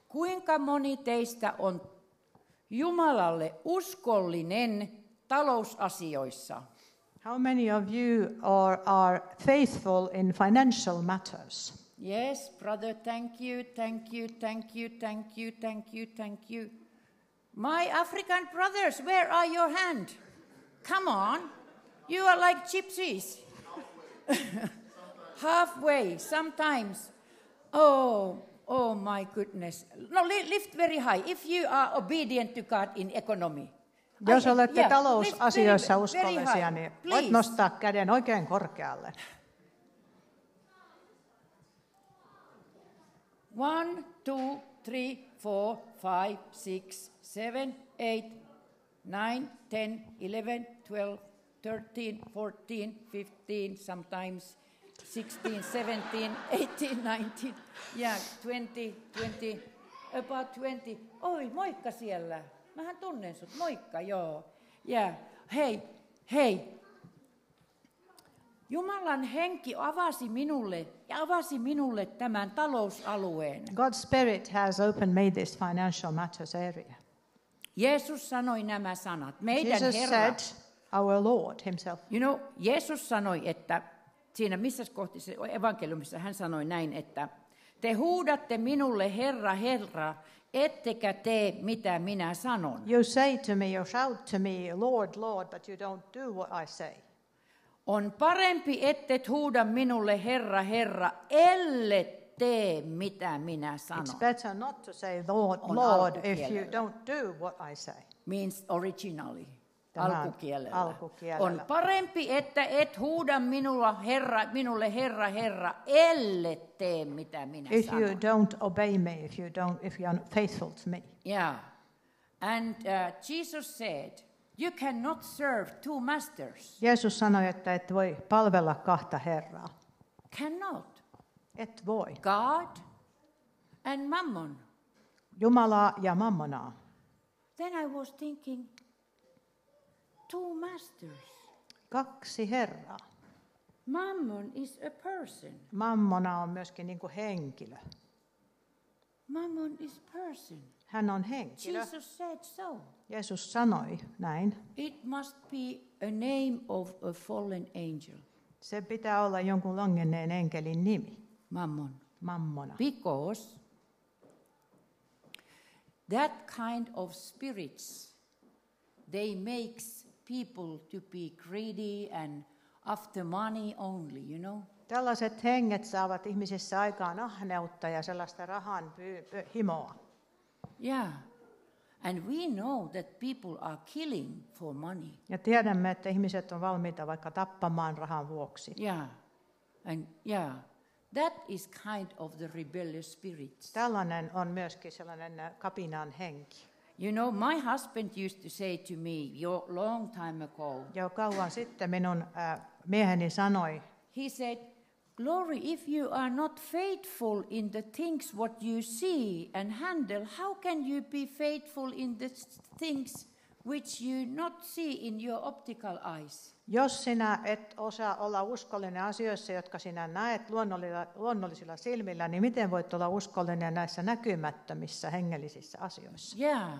S1: Kuinka moni teistä on Jumalalle uskollinen talousasioissa?
S2: How many of you are, are faithful in financial matters?
S1: Yes, brother, thank you, thank you, thank you, thank you, thank you, thank you. My African brothers, where are your hand? Come on, you are like gypsies. Halfway, sometimes. Oh, oh my goodness. No, li- lift very high if you are obedient to God in economy.
S2: Jos
S1: I-
S2: olette
S1: yeah, lift
S2: talousasioissa
S1: very- very
S2: uskollisia,
S1: high,
S2: niin voit
S1: please.
S2: nostaa käden oikein korkealle.
S1: One, two, 3, 4, 5, 6, 7, 8, 9, 10, 11, 12, 13, 14, 15, sometimes 16, 17, 18, 19, yeah, 20, 20, about 20. Oi, moikka siellä. Mähän tunnen sut. Moikka, joo. Yeah. Hei, hei, Jumalan henki avasi minulle ja avasi minulle tämän talousalueen.
S2: God's Spirit has opened me this financial matters area.
S1: Jeesus sanoi nämä sanat. Meidän
S2: Jesus
S1: Herra.
S2: said, Our Lord Himself.
S1: You know, Jeesus sanoi, että siinä missä kohti se evankeliumissa hän sanoi näin, että te huudatte minulle Herra, Herra, ettekä tee mitä minä sanon.
S2: You say to me, you shout to me, Lord, Lord, but you don't do what I say.
S1: On parempi, ettet huuda minulle Herra, Herra, ellet tee mitä minä
S2: It's
S1: sanon.
S2: better not to say, Lord,
S1: On
S2: Lord, if you
S1: alkukielellä.
S2: don't do what I say.
S1: means originally,
S2: Tämä on
S1: alkukielellä.
S2: alkukielellä.
S1: On parempi, että et huuda minulla, herra, minulle Herra, Herra, ellet tee mitä minä
S2: If you
S1: sanon.
S2: don't obey me, if you don't, if you are not faithful to me.
S1: Yeah. And uh, Jesus said, you cannot serve two masters.
S2: Jeesus sanoi, että et voi palvella kahta Herraa.
S1: Cannot.
S2: Et voi.
S1: God and mammon.
S2: Jumalaa ja mammonaa.
S1: Then I was thinking, two masters.
S2: Kaksi Herraa.
S1: Mammon is a person.
S2: Mammona on myöskin niin kuin henkilö.
S1: Mammon is person.
S2: Hän on henkilö.
S1: Jesus said so.
S2: Jeesus sanoi näin.
S1: It must be a name of a fallen angel,
S2: Se pitää olla jonkun langenneen enkelin nimi,
S1: Mammon,
S2: mammona.
S1: because that kind of spirits they makes people to be greedy and after money only, you know.
S2: Tällaiset henget saavat ihmisissä aikaan ahneutta ja sellaista rahan py- py- himoa.
S1: Yeah. And we know that people are killing for money.
S2: Ja tiedämme, että ihmiset on valmiita vaikka tappamaan rahan vuoksi.
S1: Yeah. And yeah. That is kind of the rebellious spirits.
S2: Tällainen on myöskin sellainen ä, kapinan henki.
S1: You know, my husband used to say to me yo- long time ago,
S2: Jo kauan sitten minun ä, mieheni sanoi,
S1: he said, Glory, if you are not faithful in the things what you see and handle, how can you be faithful in the s- things which you not see in your optical eyes?
S2: jos sinä et osaa olla uskollinen asioissa, jotka sinä näet luonnollisilla, luonnollisilla silmillä, niin miten voit olla uskollinen näissä näkymättömissä hengellisissä asioissa?
S1: Yeah.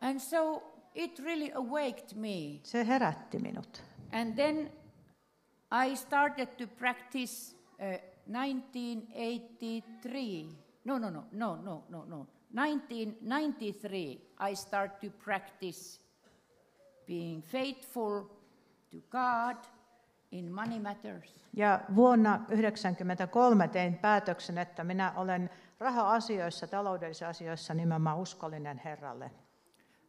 S1: And so it really awaked me.
S2: Se herätti minut.
S1: And then I started to practice uh, 1983. No, no, no, no, no, no, no. 1993, I start to practice being faithful to God in money matters.
S2: Ja vuonna 1993 tein päätöksen, että minä olen raha-asioissa, taloudellisissa asioissa nimenomaan uskollinen Herralle.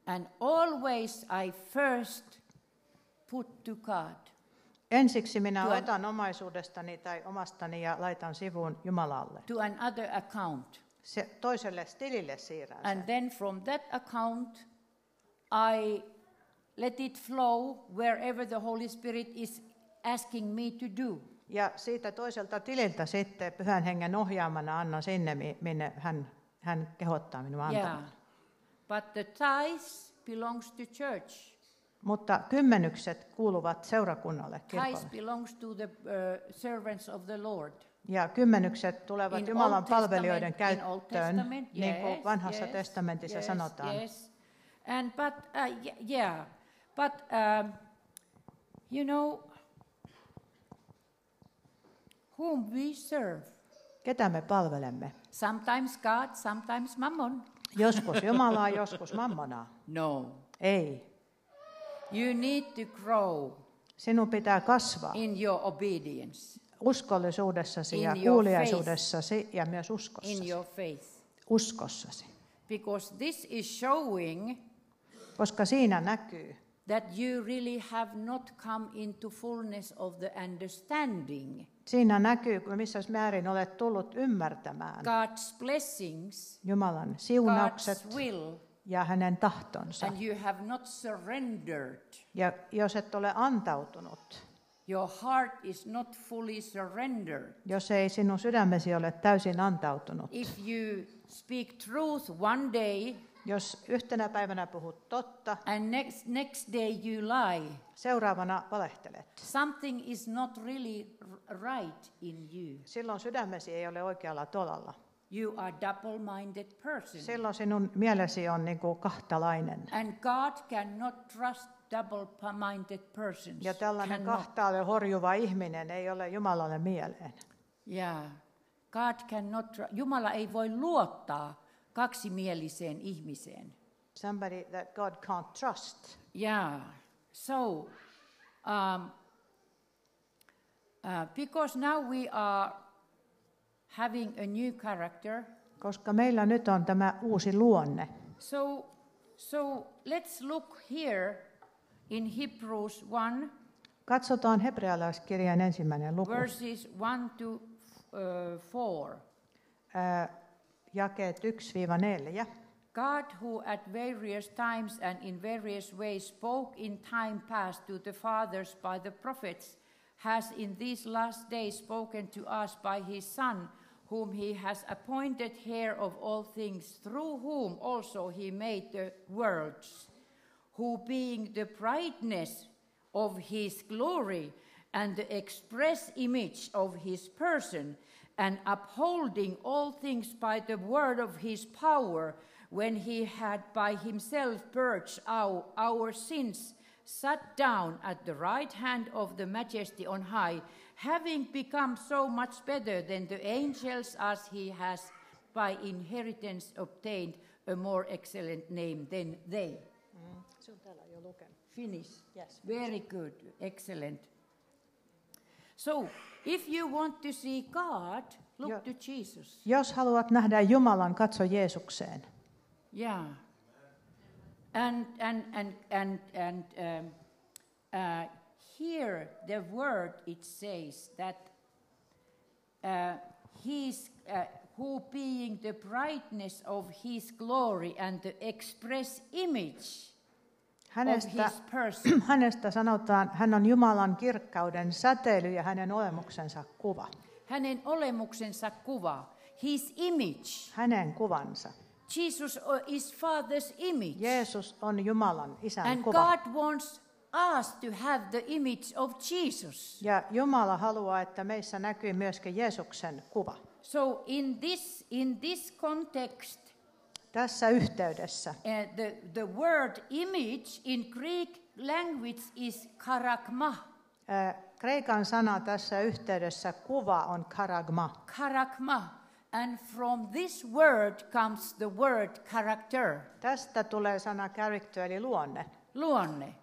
S1: And always I first put to God.
S2: Ensiksi minä
S1: Tuen-
S2: otan omaisuudestani tai omastani ja laitan sivuun Jumalalle.
S1: To another account.
S2: Se toiselle tilille siirrän sen.
S1: And then from that account, I let it flow wherever the Holy Spirit is asking me to do.
S2: Ja siitä toiselta tililtä sitten pyhän hengen ohjaamana annan sinne, mi- minne hän, hän kehottaa minua
S1: Yeah.
S2: antamaan.
S1: But the tithes belongs to church.
S2: Mutta kymmenykset kuuluvat seurakunnalle,
S1: Tithes
S2: kirkolle.
S1: belongs to the uh, servants of the Lord.
S2: Ja kymmenykset tulevat
S1: In
S2: Jumalan
S1: Old Testament-
S2: palvelijoiden
S1: in Old
S2: käyttöön,
S1: Testament,
S2: niin
S1: yes,
S2: kuin vanhassa
S1: yes,
S2: testamentissa
S1: yes,
S2: sanotaan.
S1: Yes. And but uh, y- yeah, but um, you know whom we serve.
S2: Ketä me palvelemme?
S1: Sometimes God, sometimes mammon.
S2: Joskus Jumalaa, joskus mammonaa.
S1: No.
S2: Ei.
S1: You need to grow
S2: Sinun pitää kasvaa
S1: in your obedience,
S2: uskollisuudessasi
S1: In
S2: ja
S1: your
S2: kuuliaisuudessasi ja myös
S1: in
S2: uskossasi.
S1: your faith.
S2: uskossasi.
S1: Because this is showing
S2: Koska siinä näkyy,
S1: that you really have not come into fullness of the understanding
S2: Siinä näkyy, missä määrin olet tullut ymmärtämään
S1: God's blessings,
S2: Jumalan
S1: God's
S2: siunaukset
S1: will,
S2: ja hänen tahtonsa.
S1: and you have not surrendered.
S2: Ja jos et ole antautunut,
S1: Your heart is not fully surrendered.
S2: jos ei sinun sydämesi ole täysin antautunut,
S1: If you speak truth one day
S2: jos yhtenä päivänä puhut totta,
S1: and next next day you lie,
S2: seuraavana valehtelet.
S1: something is not really r- right in you.
S2: Silloin sydämesi ei ole oikealla tolalla.
S1: You are double-minded person.
S2: Silloin sinun mielesi on niin kuin kahtalainen.
S1: And God cannot trust double-minded persons.
S2: Ja tällainen
S1: Cannot.
S2: kahtaalle horjuva ihminen ei ole Jumalalle mieleen.
S1: Yeah. God cannot, tr- Jumala ei voi luottaa kaksimieliseen ihmiseen.
S2: Somebody that God can't trust.
S1: Yeah. So, um, uh, because now we are having a new character,
S2: Koska meillä nyt on tämä uusi luonne.
S1: so so let's look here in Hebrews 1,
S2: Katsotaan hebrealaiskirjan ensimmäinen luku,
S1: verses 1 to uh, 4.
S2: ää, jakeet 1-4.
S1: God, who at various times and in various ways spoke in time past to the fathers by the prophets, has in these last days spoken to us by his Son, whom he has appointed heir of all things, through whom also he made the worlds, who being the brightness of his glory and the express image of his person, and upholding all things by the word of his power, when he had by himself purged our, our sins, sat down at the right hand of the majesty on high, having become so much better than the angels as he has by inheritance obtained a more excellent name than they. Finish.
S2: Yes.
S1: Very good. Excellent. So, if you want to see God, look
S2: Yeah.
S1: to Jesus.
S2: Jos haluat nähdä Jumalan, katso Jeesukseen.
S1: Yeah. And and and and and um, uh, here the word it says that uh, he's uh, who being the brightness of his glory and the express image of
S2: Hänestä,
S1: his person.
S2: hänestä sanotaan, hän on Jumalan kirkkauden säteily ja hänen olemuksensa kuva.
S1: hänen olemuksensa kuva, his image.
S2: Hänen kuvansa.
S1: Jesus uh, is Father's image.
S2: Jeesus on Jumalan isän
S1: and
S2: kuva.
S1: God wants us to have the image of Jesus.
S2: Ja Jumala haluaa, että meissä näkyy myöskin Jeesuksen kuva.
S1: So in this in this context,
S2: Tässä yhteydessä
S1: uh, the the word image in Greek language is karakma.
S2: Äh, Kreikan sana tässä yhteydessä kuva on karagma.
S1: Karakma. And from this word comes the word character.
S2: Tästä tulee sana character eli luonne.
S1: luonne.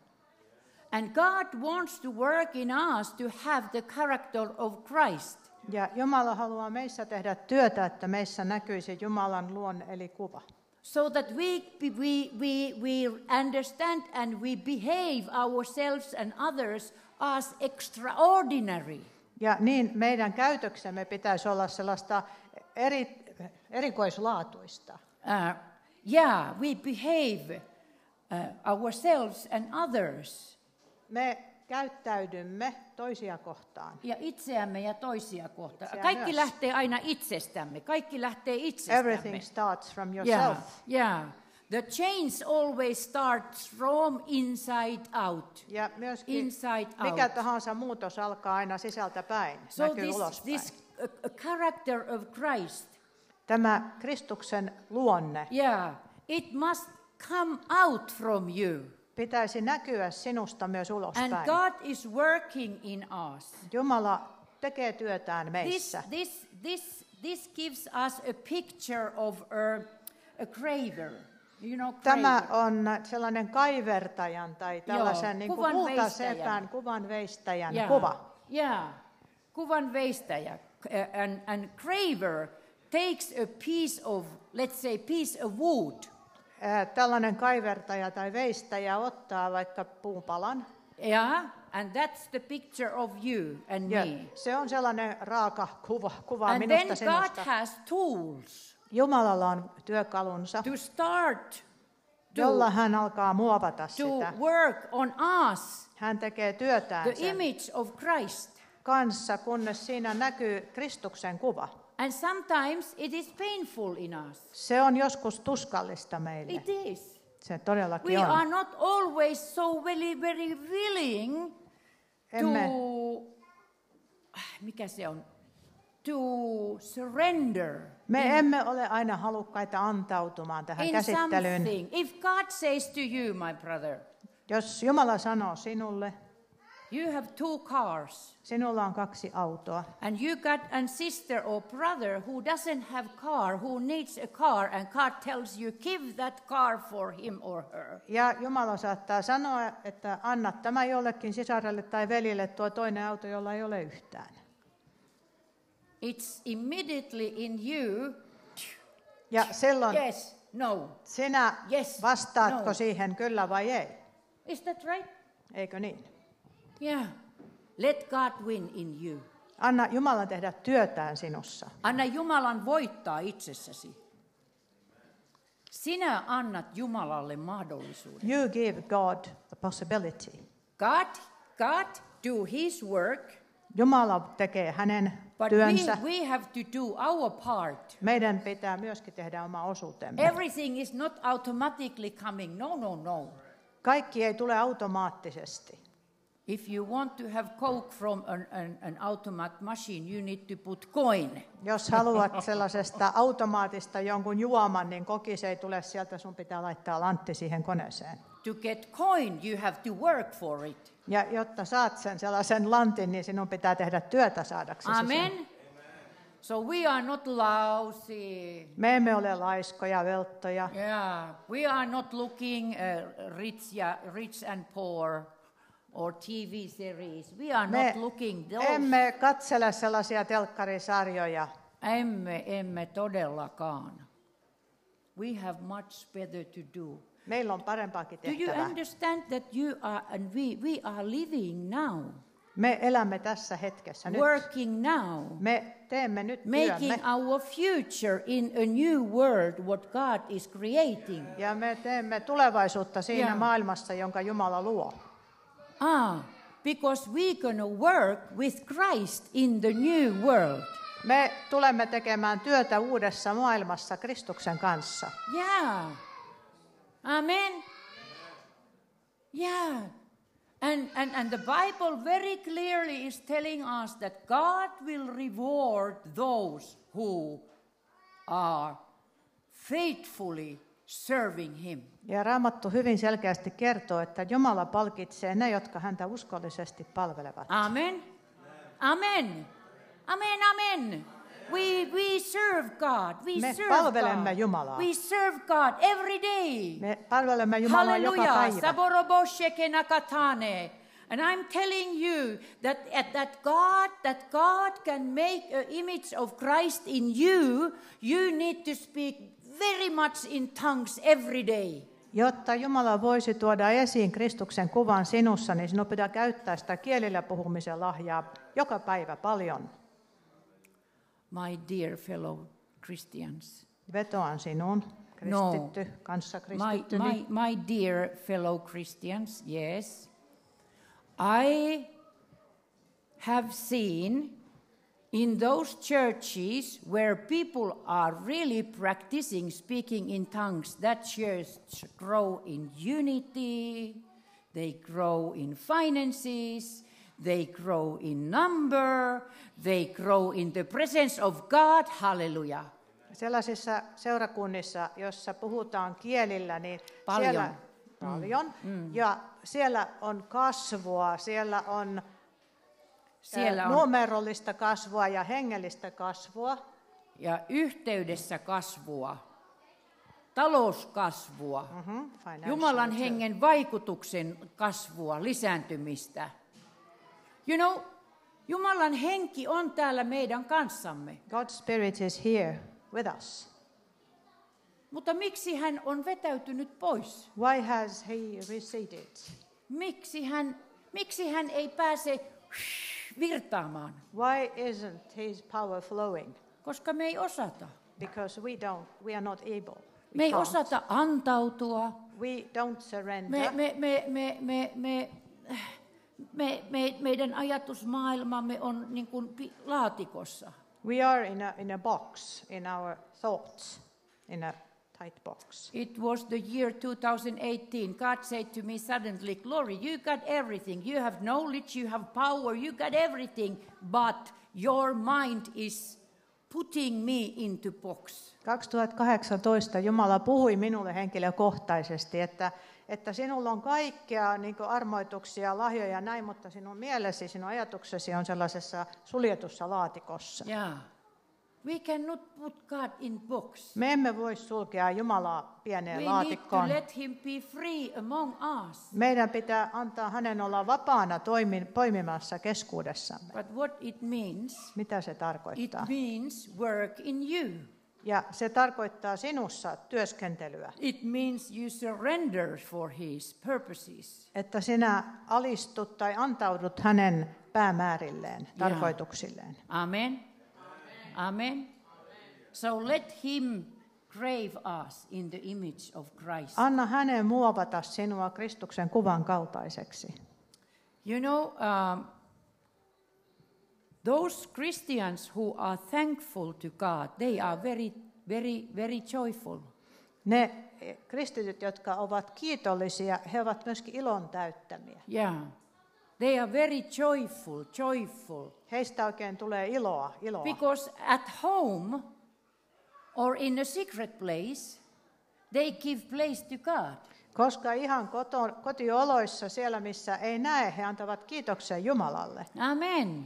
S1: And God wants to work in us to have the character of Christ.
S2: Ja Jumala haluaa meissä tehdä työtä, että meissä näkyisi Jumalan luonne eli kuva.
S1: So that we, we, we, we understand and we behave ourselves and others as extraordinary.
S2: Ja niin meidän käytöksemme pitäisi olla sellaista eri, erikoislaatuista.
S1: Uh, yeah, we behave uh, ourselves and others
S2: Me käyttäydymme toisia kohtaan.
S1: ja itseämme ja toisia kohtaan.
S2: Itseä
S1: Kaikki
S2: myös.
S1: lähtee aina itsestämme. Kaikki lähtee itsestämme.
S2: Everything starts from
S1: Yeah,
S2: yourself.
S1: yeah. The change always starts from inside out.
S2: Ja myöskin
S1: Inside
S2: mikä
S1: out.
S2: tahansa muutos alkaa aina sisältä päin,
S1: So
S2: näkyy
S1: this,
S2: ulospäin.
S1: this uh, uh, character of Christ,
S2: Tämä Kristuksen luonne
S1: yeah, it must come out from you.
S2: pitäisi näkyä sinusta myös
S1: And
S2: ulospäin.
S1: God is working in us.
S2: Jumala tekee työtään
S1: This,
S2: meissä.
S1: this, this, this gives us a picture of a, a graver. You know,
S2: Tämä
S1: graver.
S2: on sellainen kaivertajan tai tällaisen niin kuin
S1: kuvanveistäjän.
S2: kultasepän kuvanveistäjän kuva.
S1: Yeah. Kuvan veistäjä. Uh, and, and graver takes a piece of, let's say, piece of wood.
S2: Äh, Tällainen kaivertaja tai veistäjä ottaa vaikka puupalan
S1: Yeah. And that's the picture of you and
S2: Ja
S1: me.
S2: se on sellainen raaka kuva, kuva
S1: Niin. And then
S2: minusta
S1: God
S2: sinusta.
S1: has tools
S2: Jumalalla on työkalunsa,
S1: to start
S2: jolla hän alkaa muovata
S1: to
S2: sitä.
S1: work on us,
S2: Hän tekee työtään
S1: the
S2: sen
S1: image of Christ.
S2: kanssa, kunnes siinä näkyy Kristuksen kuva.
S1: And sometimes it is painful in us.
S2: Se on joskus tuskallista meille.
S1: It is.
S2: Se
S1: We
S2: todellakin
S1: are
S2: on.
S1: not always so very, very willing
S2: Emme,
S1: to, ah, mikä se on, to surrender
S2: me emme ole aina halukkaita antautumaan tähän
S1: in
S2: käsittelyyn.
S1: something. If God says to you, my brother,
S2: Jos Jumala sanoo sinulle,
S1: you have two cars,
S2: sinulla on kaksi autoa,
S1: and you got a sister or brother who doesn't have car, who needs a car, and God tells you, give that car for him or her.
S2: ja Jumala saattaa sanoa, että anna tämä jollekin sisarelle tai velille tuo toinen auto, jolla ei ole yhtään.
S1: It's immediately in you,
S2: Ja silloin
S1: yes, no.
S2: sinä
S1: Yes,
S2: vastaatko
S1: no.
S2: siihen kyllä vai ei,
S1: Is that right?
S2: eikö niin?
S1: Yeah. Let God win in you.
S2: Anna Jumalan tehdä työtään sinussa.
S1: Anna Jumalan voittaa itsessäsi. Sinä annat Jumalalle mahdollisuuden.
S2: You give God the possibility.
S1: God, God do his work,
S2: Jumala tekee hänen
S1: but we,
S2: työnsä.
S1: we have to do our part.
S2: Meidän pitää myöskin tehdä oma osuutemme.
S1: Everything is not automatically coming. No, no, no.
S2: Kaikki ei tule automaattisesti.
S1: If you want to have Coke from an, an, an automat machine, you need to put coin.
S2: Jos haluat sellaisesta automaatista jonkun juoman, niin kokis ei tule sieltä, sun pitää laittaa lantti siihen koneeseen.
S1: To get coin, you have to work for it.
S2: Ja jotta saat sen sellaisen lantin, niin sinun pitää tehdä työtä saadaksesi sen.
S1: Amen. So we are not lousy.
S2: Me emme ole laiskoja, velttoja.
S1: Yeah, we are not looking uh, rich, yeah, rich and poor or TV series. We are
S2: Me
S1: not looking those.
S2: emme katsele sellaisia telkkarisarjoja.
S1: Emme, emme todellakaan. We have much better to do.
S2: Meillä on parempaakin
S1: Do you
S2: tehtävää.
S1: understand that you are and we we are living now,
S2: Me elämme tässä hetkessä nyt.
S1: working now,
S2: Me teemme nyt
S1: making
S2: työmme
S1: our future in a new world what God is creating.
S2: ja me teemme tulevaisuutta siinä
S1: Joo.
S2: maailmassa, jonka Jumala luo.
S1: Ah, because we're going to work with Christ in the new world.
S2: Me tulemme tekemään työtä uudessa maailmassa Kristuksen kanssa.
S1: Yeah. Amen. Yeah. And, and, and the Bible very clearly is telling us that God will reward those who are faithfully serving Him.
S2: Ja Raamattu hyvin selkeästi kertoo, että Jumala palkitsee ne, jotka häntä uskollisesti palvelevat.
S1: Amen. Amen. Amen. Amen. We, we serve God. We
S2: Me
S1: serve
S2: palvelemme
S1: God.
S2: Jumalaa.
S1: We serve God every day.
S2: Me palvelemme Jumalaa joka
S1: Hallelujah.
S2: päivä.
S1: Saborobosheke nakatane. And I'm telling you that, that- that God that God can make an image of Christ in you, you need to speak very much in tongues every day.
S2: Jotta Jumala voisi tuoda esiin Kristuksen kuvan sinussa, niin sinun pitää käyttää sitä kielillä puhumisen lahjaa joka päivä paljon.
S1: My dear fellow Christians.
S2: Vetoan sinuun,
S1: No.
S2: kristitty, kanssa
S1: My,
S2: kristitty.
S1: my, my dear fellow Christians, yes, I have seen in those churches where people are really practicing speaking in tongues, that church grow in unity, they grow in finances, they grow in number, they grow in the presence of God. Hallelujah.
S2: Sellaisissa seurakunnissa, jossa puhutaan kielillä, niin
S1: Paljon. Mm.
S2: siellä paljon, ja siellä on kasvua, siellä on
S1: Siellä
S2: äh,
S1: on
S2: numerollista kasvua ja hengellistä kasvua.
S1: ja yhteydessä kasvua, talouskasvua,
S2: Mhm, financial
S1: Jumalan
S2: too.
S1: hengen vaikutuksen kasvua, lisääntymistä. You know, Jumalan henki on täällä meidän kanssamme,
S2: God's spirit is here with us.
S1: mutta miksi hän on vetäytynyt pois?
S2: Why has he receded?
S1: Miksi hän, Miksi hän ei pääse virtaamaan?
S2: Why isn't his power flowing?
S1: Koska me ei osata.
S2: Because we don't, we are not able. We
S1: Me ei
S2: can't.
S1: osata antautua.
S2: We don't surrender.
S1: Me, me, me, me, me, me, me, me, meidän ajatusmaailmamme on niin kuin pi- laatikossa.
S2: We are in a, in a box, in our thoughts, in a tight box.
S1: It was the year 2018. God said to me suddenly, Glory, you got everything. You have knowledge, you have power, you got everything, but your mind is putting me into box.
S2: 2018 Jumala puhui minulle henkilökohtaisesti, että, että sinulla on kaikkea niin armoituksia, lahjoja ja näin, mutta sinun mielesi, sinun ajatuksesi on sellaisessa suljetussa laatikossa.
S1: Yeah. We cannot put God in box.
S2: Me emme voi sulkea Jumalaa pieneen
S1: We need to
S2: laatikkoon.
S1: let him be free among us.
S2: Meidän pitää antaa hänen olla vapaana toimi, poimimassa keskuudessamme.
S1: But what it means,
S2: Mitä se
S1: it
S2: tarkoittaa?
S1: means work in you.
S2: Ja se tarkoittaa sinussa työskentelyä.
S1: It means you surrender for his purposes.
S2: Että sinä alistut tai antaudut hänen päämäärilleen, tarkoituksilleen.
S1: Amen. Amen. So let him crave us in the image of Christ.
S2: Anna hänen muovata sinua Kristuksen kuvan kaltaiseksi.
S1: you know, um, those Christians who are thankful to God, they are very, very, very joyful.
S2: Ne kristityt, jotka ovat kiitollisia, he ovat myöskin ilon täyttämiä.
S1: Yeah. They are very joyful, joyful.
S2: Heistä oikein tulee iloa, iloa.
S1: Because at home or in a secret place, they give place to God.
S2: Koska ihan koto, kotioloissa, siellä missä ei näe, he antavat kiitoksen Jumalalle.
S1: Amen.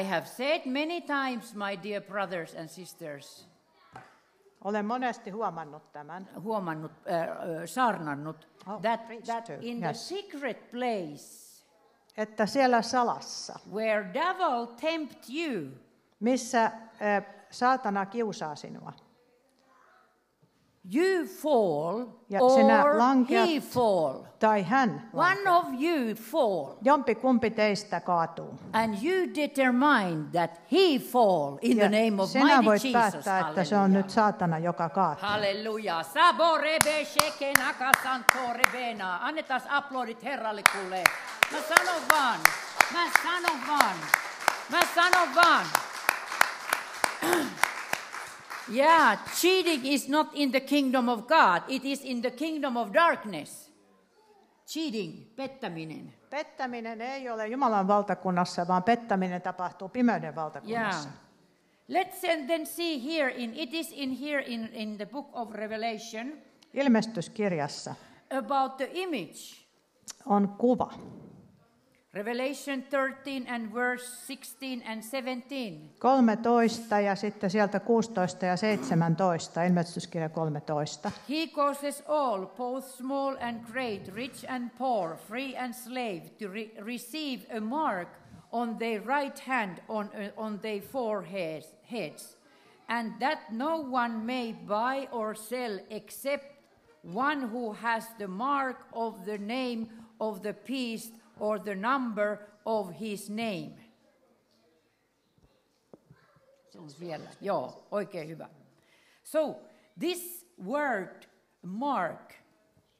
S1: I have said many times, my dear brothers and sisters,
S2: Olen monesti huomannut tämän.
S1: huomannut, äh, äh, saarnannut,
S2: Oh,
S1: that,
S2: preach
S1: that
S2: to,
S1: in
S2: yes.
S1: the secret place
S2: että siellä salassa,
S1: where devil tempt you,
S2: missä eh, saatana kiusaa sinua,
S1: you fall
S2: Ja sinä
S1: or he
S2: lankeat.
S1: fall.
S2: tai hän,
S1: One of you fall,
S2: jompi kumpi teistä kaatuu.
S1: and you determine that he fall in
S2: Ja
S1: the name of
S2: sinä voit
S1: mighty Jesus.
S2: päättää, että se on
S1: Hallelujah.
S2: nyt saatana, joka kaatuu.
S1: Halleluja. Saborebe sheke nakasantorebena. Annetaan aplodit Herralle kuulee. Mä sanon vaan. Mä sanon vaan. Mä sanon vaan. Yeah, cheating is not in the kingdom of God. It is in the kingdom of darkness. Cheating, pettäminen.
S2: Pettäminen ei ole Jumalan valtakunnassa, vaan pettäminen tapahtuu pimeyden
S1: Yeah.
S2: valtakunnassa.
S1: Let's and then see here in it is in here in, in the book of Revelation
S2: Ilmestyskirjassa
S1: about the image.
S2: on kuva.
S1: Revelation 13 and verse 16 and 17.
S2: 13 ja sitten sieltä 16 ja 17, ilmestyskirja 13.
S1: He causes all, both small and great, rich and poor, free and slave, to re- receive a mark on their right hand, on, uh, on their foreheads, heads, and that no one may buy or sell except one who has the mark of the name of the beast or the number of his name. Se on siellä. Joo, oikein hyvä. So, this word mark,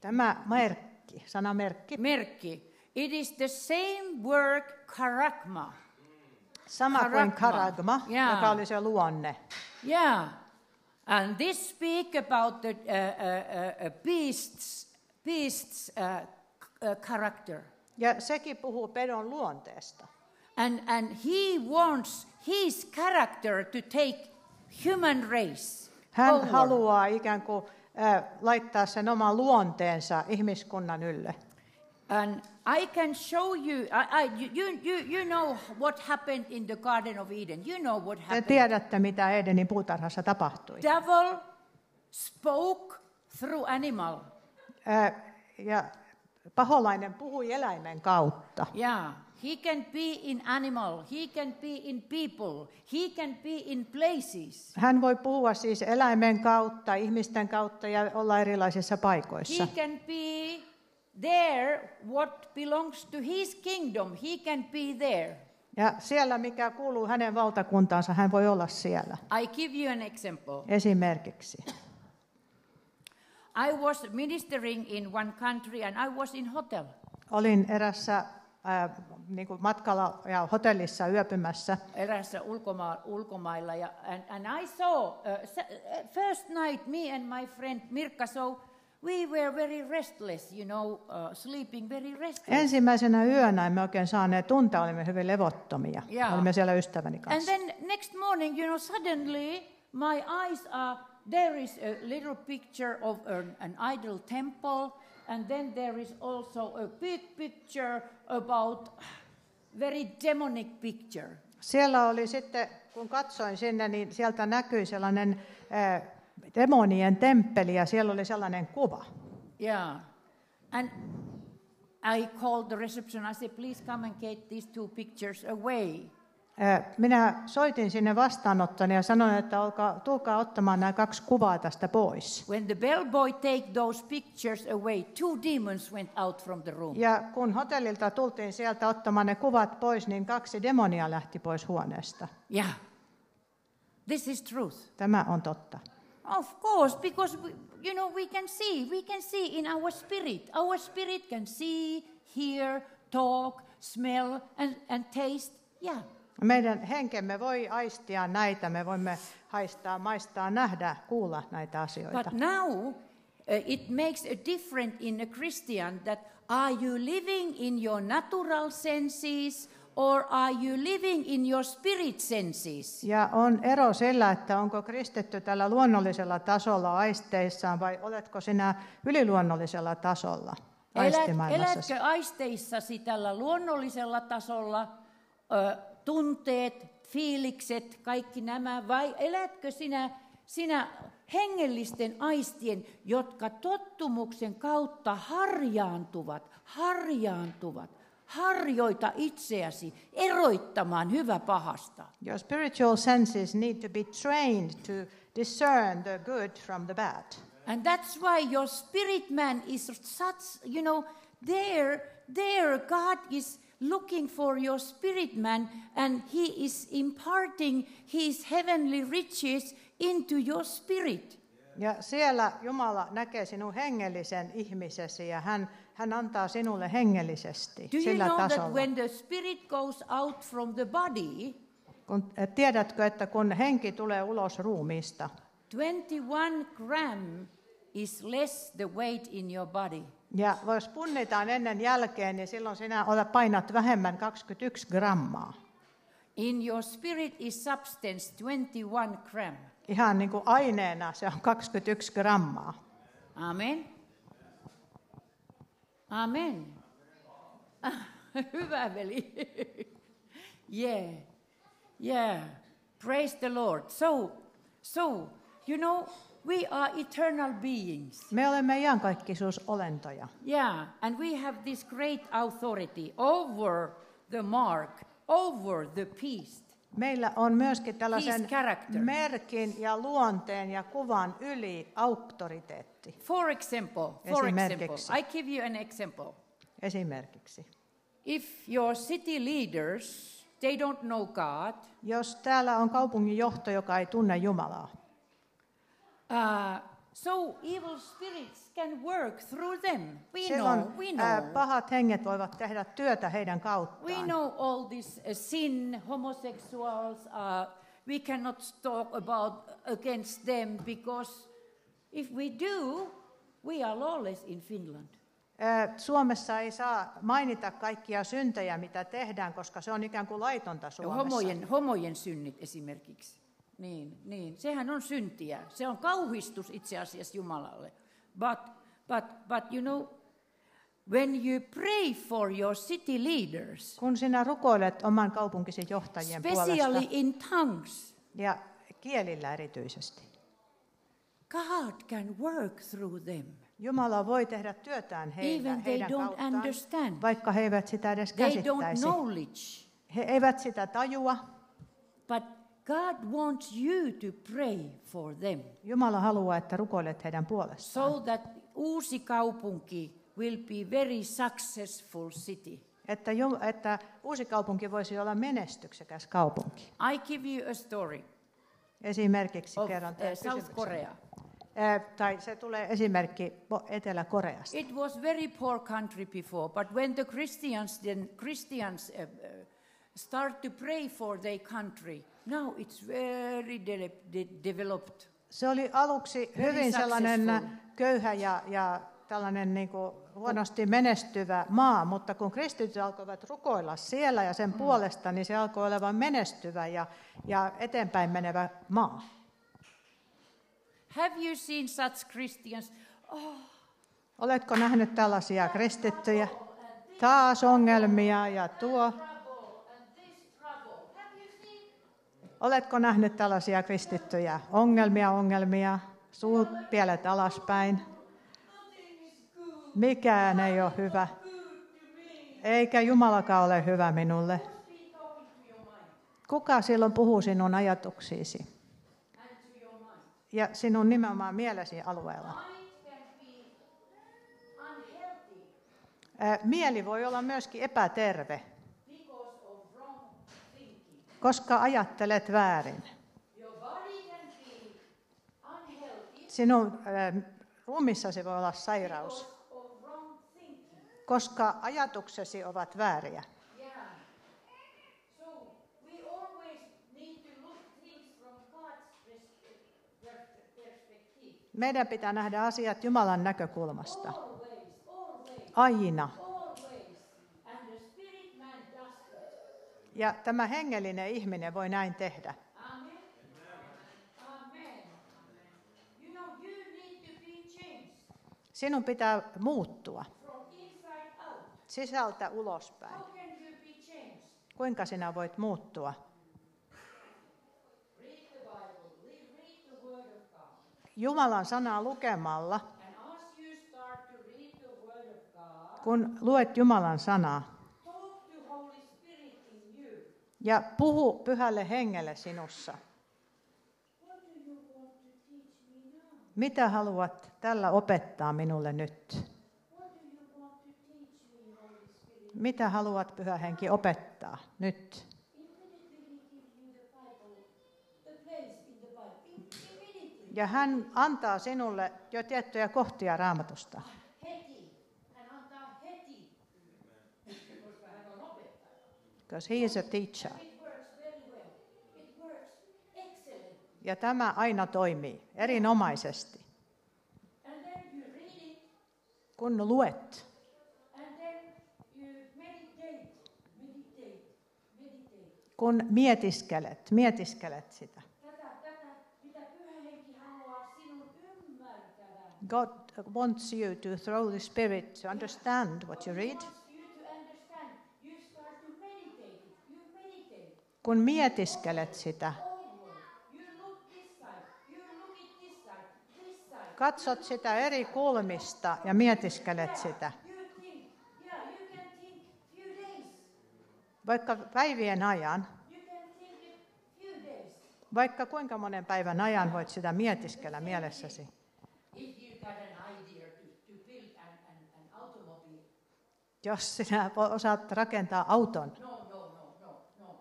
S2: Tämä merkki, sana merkki,
S1: merkki, it is the same word karagma.
S2: sama kuin
S1: Karagma.
S2: karagma,
S1: Jaa.
S2: joka oli se luonne.
S1: Yeah. And this speak about the uh, uh, uh, uh, beast's, beast's uh, c- uh, character.
S2: Ja sekin puhuu pedon luonteesta.
S1: And, and he wants his character to take human race.
S2: Hän
S1: over.
S2: haluaa ikään kuin äh, laittaa sen oman luonteensa ihmiskunnan ylle.
S1: And I can show you, I, I, you- you, you, you know what happened in the Garden of Eden. You know what
S2: Te
S1: happened.
S2: tiedätte, mitä Edenin puutarhassa tapahtui.
S1: Devil spoke through animal.
S2: Äh, ja paholainen puhui eläimen kautta.
S1: Yeah. He can be in animal. He can be in people. He can be in places.
S2: Hän voi puhua siis eläimen kautta, ihmisten kautta ja olla erilaisissa
S1: He
S2: paikoissa.
S1: can be There, what belongs to his kingdom, he can be there.
S2: Ja siellä, mikä kuuluu hänen valtakuntaansa, hän voi olla siellä.
S1: I give you an example.
S2: Esimerkiksi.
S1: I was ministering in one country and I was in hotel.
S2: Olin erässä ää, niin kuin matkalla ja hotellissa yöpymässä.
S1: eräässä ulkoma- ulkomailla. Ja, and, and I saw, uh, s- uh, first night, me and my friend Mirka, so we were very restless, you know, uh, sleeping very restless.
S2: Ensimmäisenä yönä emme oikein saaneet tuntea, olimme hyvin levottomia.
S1: Jaa.
S2: Olimme siellä ystäväni
S1: And
S2: kanssa.
S1: then next morning, you know, suddenly my eyes are, there is a little picture of an, an idol temple, and then there is also a big picture about, very demonic picture.
S2: Siellä oli sitten, kun katsoin sinne, niin sieltä näkyi sellainen ää, demonien temppeli ja siellä oli sellainen kuva.
S1: Yeah. And I called the reception. I said, please come and get these two pictures away.
S2: Ää, Minä soitin sinne vastaanottoon ja sanoin, että olkaa, tulkaa ottamaan nämä kaksi kuvaa tästä pois.
S1: When the bellboy take those pictures away, two demons went out from the room.
S2: Ja kun hotellilta tultiin sieltä ottamaan ne kuvat pois, niin kaksi demonia lähti pois huoneesta.
S1: Yeah. This is truth.
S2: Tämä on totta.
S1: Of course, because we, you know we can see, we can see in our spirit. Our spirit can see, hear, talk, smell, and, and taste. Yeah.
S2: Meidän henkemme voi aistia näitä, me voimme haistaa, maistaa, nähdä, kuulla näitä asioita.
S1: But now uh, it makes a difference in a Christian that are you living in your natural senses or are you living in your spirit senses?
S2: Ja on ero sillä, että onko kristitty tällä luonnollisella tasolla aisteissaan vai oletko sinä yliluonnollisella tasolla
S1: Elät,
S2: aistimaailmassa.
S1: elätkö aisteissasi tällä luonnollisella tasolla, ö, tunteet, fiilikset, kaikki nämä, vai elätkö sinä, sinä hengellisten aistien, jotka tottumuksen kautta harjaantuvat, harjaantuvat, harjoita itseäsi eroittamaan hyvä pahasta.
S2: Your spiritual senses need to be trained to discern the good from the bad.
S1: And that's why your spirit man is such, you know, there, there God is looking for your spirit man and he is imparting his heavenly riches into your spirit.
S2: Ja siellä Jumala näkee sinun hengellisen ihmisesi ja hän, hän antaa sinulle hengellisesti
S1: Do you
S2: sillä
S1: know that
S2: tasolla.
S1: when the spirit goes out from the body,
S2: Kun, et tiedätkö, että kun henki tulee ulos ruumiista,
S1: 21 gram is less the weight in your body.
S2: ja jos punnitaan ennen jälkeen, niin silloin sinä olet painat vähemmän 21 grammaa.
S1: In your spirit is substance 21 gram.
S2: Ihan niin kuin aineena se on 21 grammaa.
S1: Amen. Amen. Hyvä veli. yeah. Yeah. Praise the Lord. So, so, you know, we are eternal beings.
S2: Me olemme iankaikkisuusolentoja.
S1: Yeah. And we have this great authority over the mark, over the peace.
S2: Meillä on myöskin
S1: His
S2: tällaisen
S1: character.
S2: merkin ja luonteen ja kuvan yli auktoriteetti
S1: For example, for example,
S2: Esimerkiksi.
S1: I give you an example.
S2: esimerkiksi.
S1: If your city leaders, they don't know God,
S2: Jos täällä on kaupungin johto, joka ei tunne Jumalaa,
S1: Uh, so evil spirits can work through them. We
S2: silloin
S1: know, we
S2: ää,
S1: know.
S2: pahat henget voivat tehdä työtä heidän
S1: we
S2: kauttaan.
S1: know all this uh, sin, homosexuals, uh, we cannot talk about against them because if we do, we are lawless in Finland.
S2: Ää, Suomessa ei saa mainita kaikkia syntejä, mitä tehdään, koska se on ikään kuin laitonta Suomessa.
S1: Homojen, homojen synnit esimerkiksi. Niin, niin, sehän on syntiä. Se on kauhistus itse asiassa Jumalalle. But, but, but you know, when you pray for your city leaders,
S2: Kun sinä rukoilet oman kaupunkisi johtajien
S1: especially
S2: puolesta
S1: in tongues,
S2: ja kielillä erityisesti,
S1: God can work through them.
S2: Jumala voi tehdä työtään heillä,
S1: Even they
S2: heidän
S1: don't
S2: kauttaan,
S1: understand.
S2: vaikka he eivät sitä edes
S1: They don't
S2: käsittäisi.
S1: knowledge.
S2: He eivät sitä tajua.
S1: But God wants you to pray for them
S2: Jumala haluaa, että rukoilet heidän puolestaan.
S1: so that uusi kaupunki will be very successful city.
S2: Että, Jum- että uusi kaupunki voisi olla menestyksekäs kaupunki.
S1: I give you a story
S2: Esimerkiksi
S1: of
S2: kerran
S1: uh,
S2: teidän
S1: South
S2: kysymyksen.
S1: Korea.
S2: Eh, tai se tulee esimerkki Vo- Etelä-Koreasta.
S1: It was very poor country before, but when the Christians then Christians uh, uh, start to pray for their country, now it's very de- de- developed.
S2: Se oli aluksi
S1: Very
S2: hyvin sellainen
S1: successful.
S2: köyhä ja, ja tällainen niin kuin huonosti menestyvä maa, mutta kun kristityt alkoivat rukoilla siellä ja
S1: Mm.
S2: sen puolesta, niin se alkoi olemaan menestyvä ja, ja eteenpäin menevä maa.
S1: Have you seen such Christians? Oh,
S2: Oletko nähnyt tällaisia kristittyjä? Taas ongelmia ja tuo. Oletko nähnyt tällaisia kristittyjä? Ongelmia, ongelmia, suut pielet alaspäin. Mikään ei ole hyvä. Eikä Jumalakaan ole hyvä minulle. Kuka silloin puhuu sinun ajatuksiisi? Ja sinun nimenomaan mielesi alueella. Ää, Mieli voi olla myöskin epäterve, koska ajattelet väärin. Sinun ää, ruumissasi voi olla sairaus, koska ajatuksesi ovat vääriä.
S3: We always need to look things from God's perspective.
S2: Meidän pitää nähdä asiat Jumalan näkökulmasta. Aina.
S3: And the spirit man does that.
S2: Ja tämä hengellinen ihminen voi näin tehdä.
S3: Amen. Amen. You know, you need to be changed
S2: Sinun pitää muuttua
S3: from inside out.
S2: sisältä ulospäin.
S3: How can you be changed?
S2: Kuinka sinä voit muuttua?
S3: Read the Bible. Read, read the Word of God.
S2: Jumalan sanaa lukemalla
S3: And as you start to read the Word of God,
S2: kun luet Jumalan sanaa
S3: talk to Holy Spirit in you.
S2: ja puhu pyhälle hengelle sinussa.
S3: What do you want to teach me now?
S2: Mitä haluat tällä opettaa minulle nyt?
S3: What do you want to teach me, Holy Spirit?
S2: Mitä haluat pyhä henki opettaa nyt?
S3: Immediately he give you the Bible, the place in the Bible. Im- Immediately.
S2: Ja hän antaa sinulle jo tiettyjä kohtia raamatusta.
S3: Heti. Hän antaa heti. Koska hän on opettaja.
S2: Because he is a teacher.
S3: It works very well. It works excellent.
S2: Ja tämä aina toimii erinomaisesti.
S3: And then you read it,
S2: Kun luet,
S3: and then you meditate, meditate, meditate.
S2: kun mietiskelet, mietiskelet sitä.
S3: Tätä, tätä, mitä Pyhä Henki haluaa sinun ymmärtävän.
S2: God wants you to throw the spirit to understand what you read.
S3: Wants you to understand. You start to meditate. it. You meditate.
S2: Kun mietiskelet sitä,
S3: Onward. You look this side. You look at this side. This side.
S2: katsot sitä eri kulmista ja mietiskelet sitä,
S3: You think. Yeah, you can think few days.
S2: vaikka päivien ajan,
S3: You can think it few days.
S2: vaikka kuinka monen päivän ajan voit sitä mietiskellä mielessäsi.
S1: if you got an idea to, to build an, an, an automobile,
S2: Jos sinä vo- osaat rakentaa auton,
S1: no, no, no, no, no,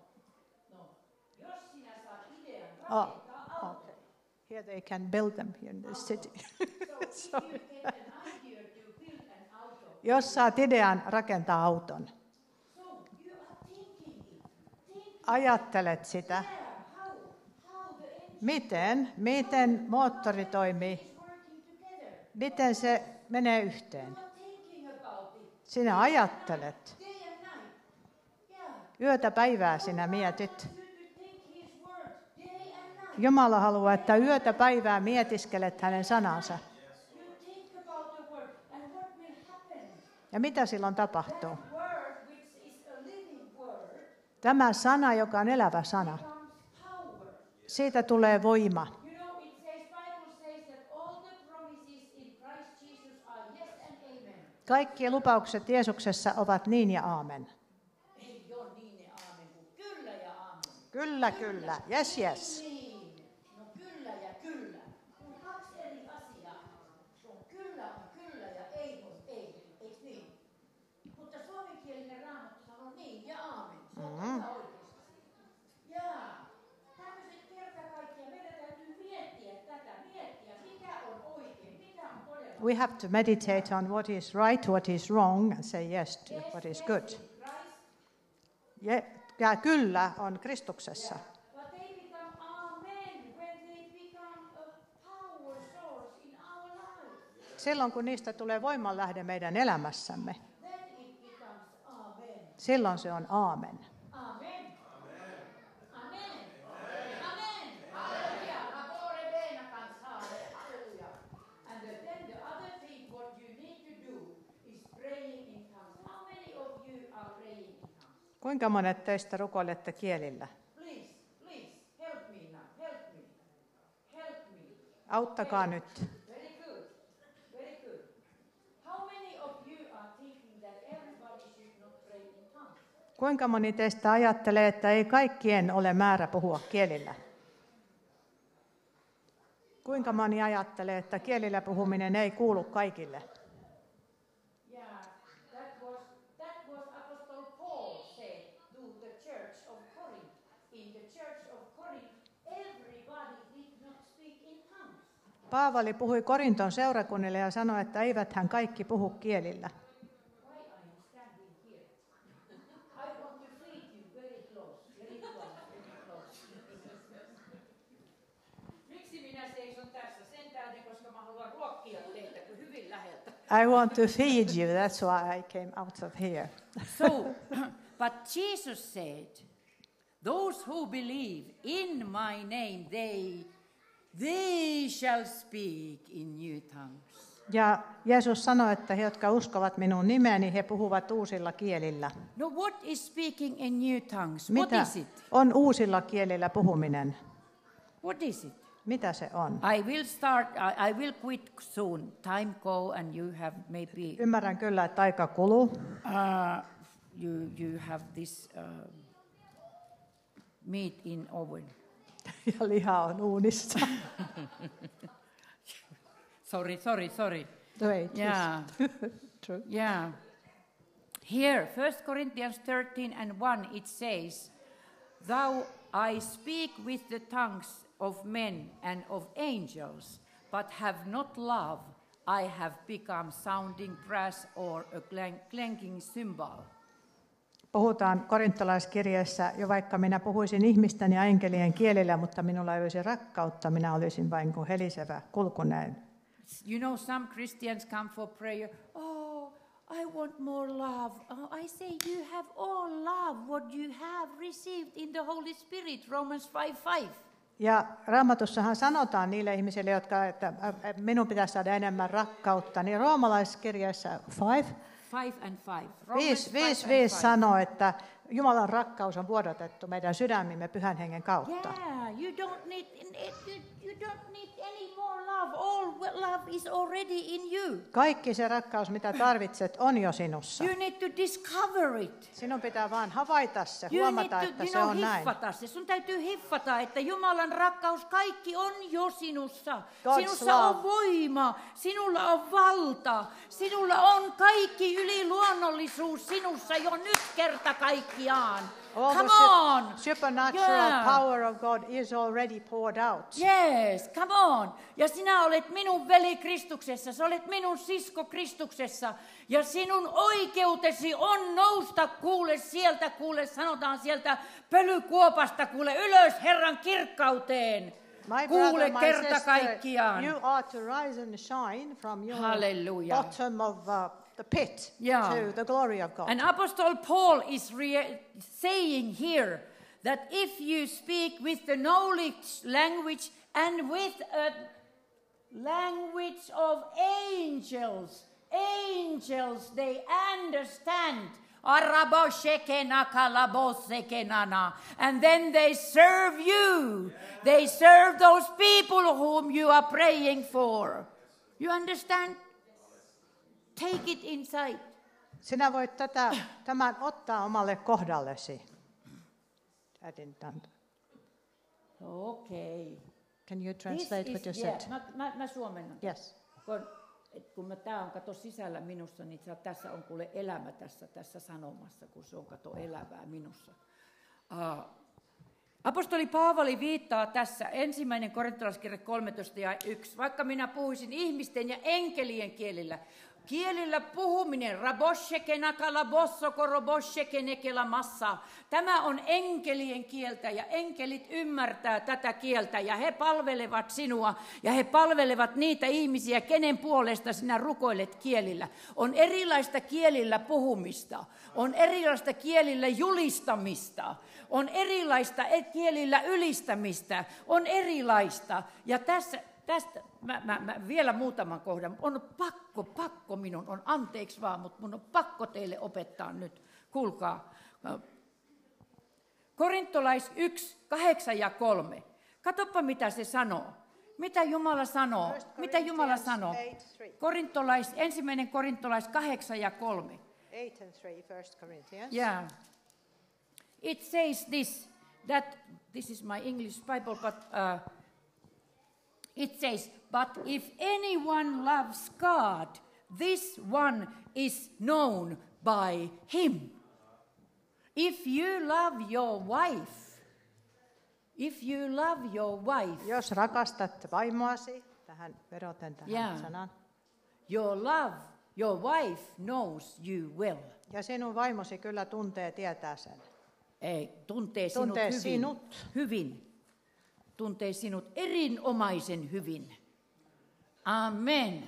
S1: no. Jos sinä saat idean
S2: Oh,
S1: rakentaa auto,
S2: okay. here they can build them here in the city.
S1: Ah. so if you get an idea to build an auto,
S2: Jos saat idean rakentaa auton,
S1: so you are thinking it. Think
S2: ajattelet sitä,
S1: there how, how the engine
S2: miten, miten moottori toimii,
S1: is working together.
S2: miten se menee
S1: You
S2: yhteen.
S1: are thinking about it
S2: Sinä ajattelet.
S1: day and night. Yeah.
S2: Yötä päivää sinä mietit.
S1: You to think his word day and night.
S2: Jumala haluaa, että yötä päivää mietiskelet hänen sanansa.
S1: You think about the word and what will happen.
S2: Ja mitä silloin tapahtuu?
S1: Word which is a living word
S2: Tämä sana, joka on elävä sana,
S1: comes power.
S2: siitä tulee voima.
S1: You know, it says, Bible says that all the promises in Christ Jesus are yes and amen.
S2: Kaikki lupaukset Jeesuksessa ovat niin ja aamen.
S1: Ei ole niin ja aamen kuin kyllä ja aamen.
S2: Kyllä, kyllä. Yes, yes.
S1: Niin. No kyllä ja kyllä. On kaksi eri asiaa. On kyllä on kyllä ja ei niin? on ei. Eikö niin
S2: Mm-hmm. we have to meditate on what is right, what is wrong, and say yes to what is good. Ja, ja kyllä on Kristuksessa.
S3: But they become our men when they become a power source in our lives.
S2: Silloin kun niistä tulee voimanlähde meidän elämässämme,
S3: Then it becomes Amen.
S2: silloin se on aamen.
S3: Amen. Amen. Amen. Hallelujah. Abore bena kans hale. Hallelujah. And the- then the other thing what you need to do is praying in tongues. How many of you are praying in tongues?
S2: Kuinka monet teistä rukoilette kielillä?
S3: Please, please, help me now. Help me. Help me.
S2: Auttakaa nyt.
S3: Very good. Very good. How many of you are thinking that everybody should not pray in tongues?
S2: Kuinka moni teistä ajattelee, että ei kaikkien ole määrä puhua kielillä? Kuinka moni ajattelee, että kielillä puhuminen ei kuulu kaikille?
S3: Yeah, that was that was Apostle Paul said to the church of Corinth. In the church of Corinth, everybody did not speak in tongues.
S2: Paavali puhui Korinton seurakunnille ja sanoi, että eivät hän kaikki puhu kielillä.
S3: Why I am standing here? I want to feed you very close, very close, very close. Miksi minä seison tässä? Sen tähden, koska mä haluan ruokkia teitä kun hyvin läheltä.
S2: I want to feed you, that's why I came out of here.
S1: So, but Jesus said, Those who believe in my name, they, they shall speak in new tongues.
S2: Ja Jeesus sanoi, että he, jotka uskovat minun nimeeni, he puhuvat uusilla kielillä.
S1: Now, what is speaking in new tongues? What
S2: Mitä
S1: is it?
S2: on uusilla kielillä puhuminen?
S1: What is it?
S2: Mitä se on?
S1: I will start, I, I will quit soon. Time go and you have maybe
S2: Ymmärrän kyllä, että aika kuluu.
S1: Uh, you you have this uh, meat in oven.
S2: ja liha on uunissa.
S1: Sorry, sorry, sorry.
S2: No ei,
S1: Yeah,
S2: true.
S1: yeah. Here, 1 Corinthians 13 and 1, it says, Thou I speak with the tongues of men and of angels, but have not love, I have become sounding brass or a clank- clanking cymbal.
S2: Puhutaan korintolaiskirjeessä, jo vaikka minä puhuisin ihmisten ja enkelien kielillä, mutta minulla ei olisi rakkautta, minä olisin vain kuin helisevä kulkunäin.
S1: You know, some Christians come for prayer. Oh, I want more love. Oh, I say, you have all love what you have received in the Holy Spirit. Romans 5 5.
S2: Ja raamatussahan sanotaan niille ihmisille, jotka, että äh, äh, minun pitäisi saada enemmän rakkautta, niin roomalaiskirjeessä 5,
S1: 5 and 5. Romans 5
S2: 5, 5,
S1: and
S2: 5
S1: five.
S2: sanoo, että Jumalan rakkaus on vuodatettu meidän sydämimme pyhän hengen kautta.
S1: Yeah, you don't need you, you don't need any more love. All love is already in you.
S2: Kaikki se rakkaus, mitä tarvitset, on jo sinussa.
S1: You need to discover it.
S2: Sinun pitää vaan havaita se,
S1: You need
S2: huomata,
S1: to,
S2: että
S1: you
S2: se
S1: know,
S2: on näin.
S1: hiffata se. Sun täytyy hiffata, että Jumalan rakkaus kaikki on jo sinussa.
S2: God's
S1: sinussa on
S2: love.
S1: voima, sinulla on valta, sinulla on kaikki yliluonnollisuus sinussa jo nyt kerta kaikkiaan.
S2: All the
S1: come
S2: su-
S1: on!
S2: supernatural
S1: Yeah.
S2: power of God is already poured out.
S1: Yes, come on. Ja sinä olet minun veli Kristuksessa, sä olet minun sisko Kristuksessa. Ja sinun oikeutesi on nousta kuule sieltä, kuule sanotaan sieltä pölykuopasta, kuule ylös Herran kirkkauteen.
S2: My
S1: kuule
S2: brother, my
S1: kerta
S2: sister,
S1: kaikkiaan.
S2: you are to rise and shine from your
S1: Hallelujah.
S2: bottom of uh, the pit
S1: Yeah.
S2: to the glory of God.
S1: And Apostle Paul is re- saying here that if you speak with the knowledge language and with a language of angels, angels they understand. Araboshekenakalabosekenana. And then they serve you. They serve those people whom you are praying for. You understand? Take it inside.
S2: Sinä voit tätä, tämän ottaa omalle kohdallesi. I didn't done.
S1: Okei.
S2: Can you
S1: This
S2: translate
S1: is-
S2: what you
S1: yeah,
S2: said?
S1: Mä, mä, mä suomennan.
S2: Yes.
S1: Kun, et kun mä, tää on kato sisällä minussa, niin sä, tässä on kuule elämä tässä, tässä sanomassa, kun se on kato elävää minussa. Uh, Apostoli Paavali viittaa tässä ensimmäinen korintolaiskirja 13 ja 1. Vaikka minä puhuisin ihmisten ja enkelien kielillä, kielillä puhuminen, rabosheke nakala bossoko robosheke nekela massa. Tämä on enkelien kieltä ja enkelit ymmärtää tätä kieltä ja he palvelevat sinua ja he palvelevat niitä ihmisiä, kenen puolesta sinä rukoilet kielillä. On erilaista kielillä puhumista, on erilaista kielillä julistamista, on erilaista e- kielillä ylistämistä, on erilaista. Ja tässä, tästä mä, mä, mä vielä muutaman kohdan. On pakko, pakko minun, on anteeksi vaan, mutta mun on pakko teille opettaa nyt. Kuulkaa. Korintolais 1, 8 ja 3. Katoppa mitä se sanoo. Mitä Jumala sanoo?
S2: First
S1: Mitä Jumala
S2: Corinthians
S1: sanoo?
S2: 8:3.
S1: Korintolais, ensimmäinen korintolais 8 ja 3.
S2: 8 and 3, 1 Corinthians.
S1: Yeah. It says this that this is my English Bible, but uh, it says, But if anyone loves God, this one is known by him. If you love your wife, if you love your wife,
S2: Jos rakastat vaimoasi, tähän veroten tähän
S1: Jaa.
S2: sanaan,
S1: your love, your wife knows you well.
S2: ja sinun vaimosi kyllä tuntee, tietää sen.
S1: Ei, tuntee,
S2: Tuntee
S1: sinut,
S2: sinut.
S1: hyvin. Hyvin. Tuntee sinut erinomaisen hyvin. Amen.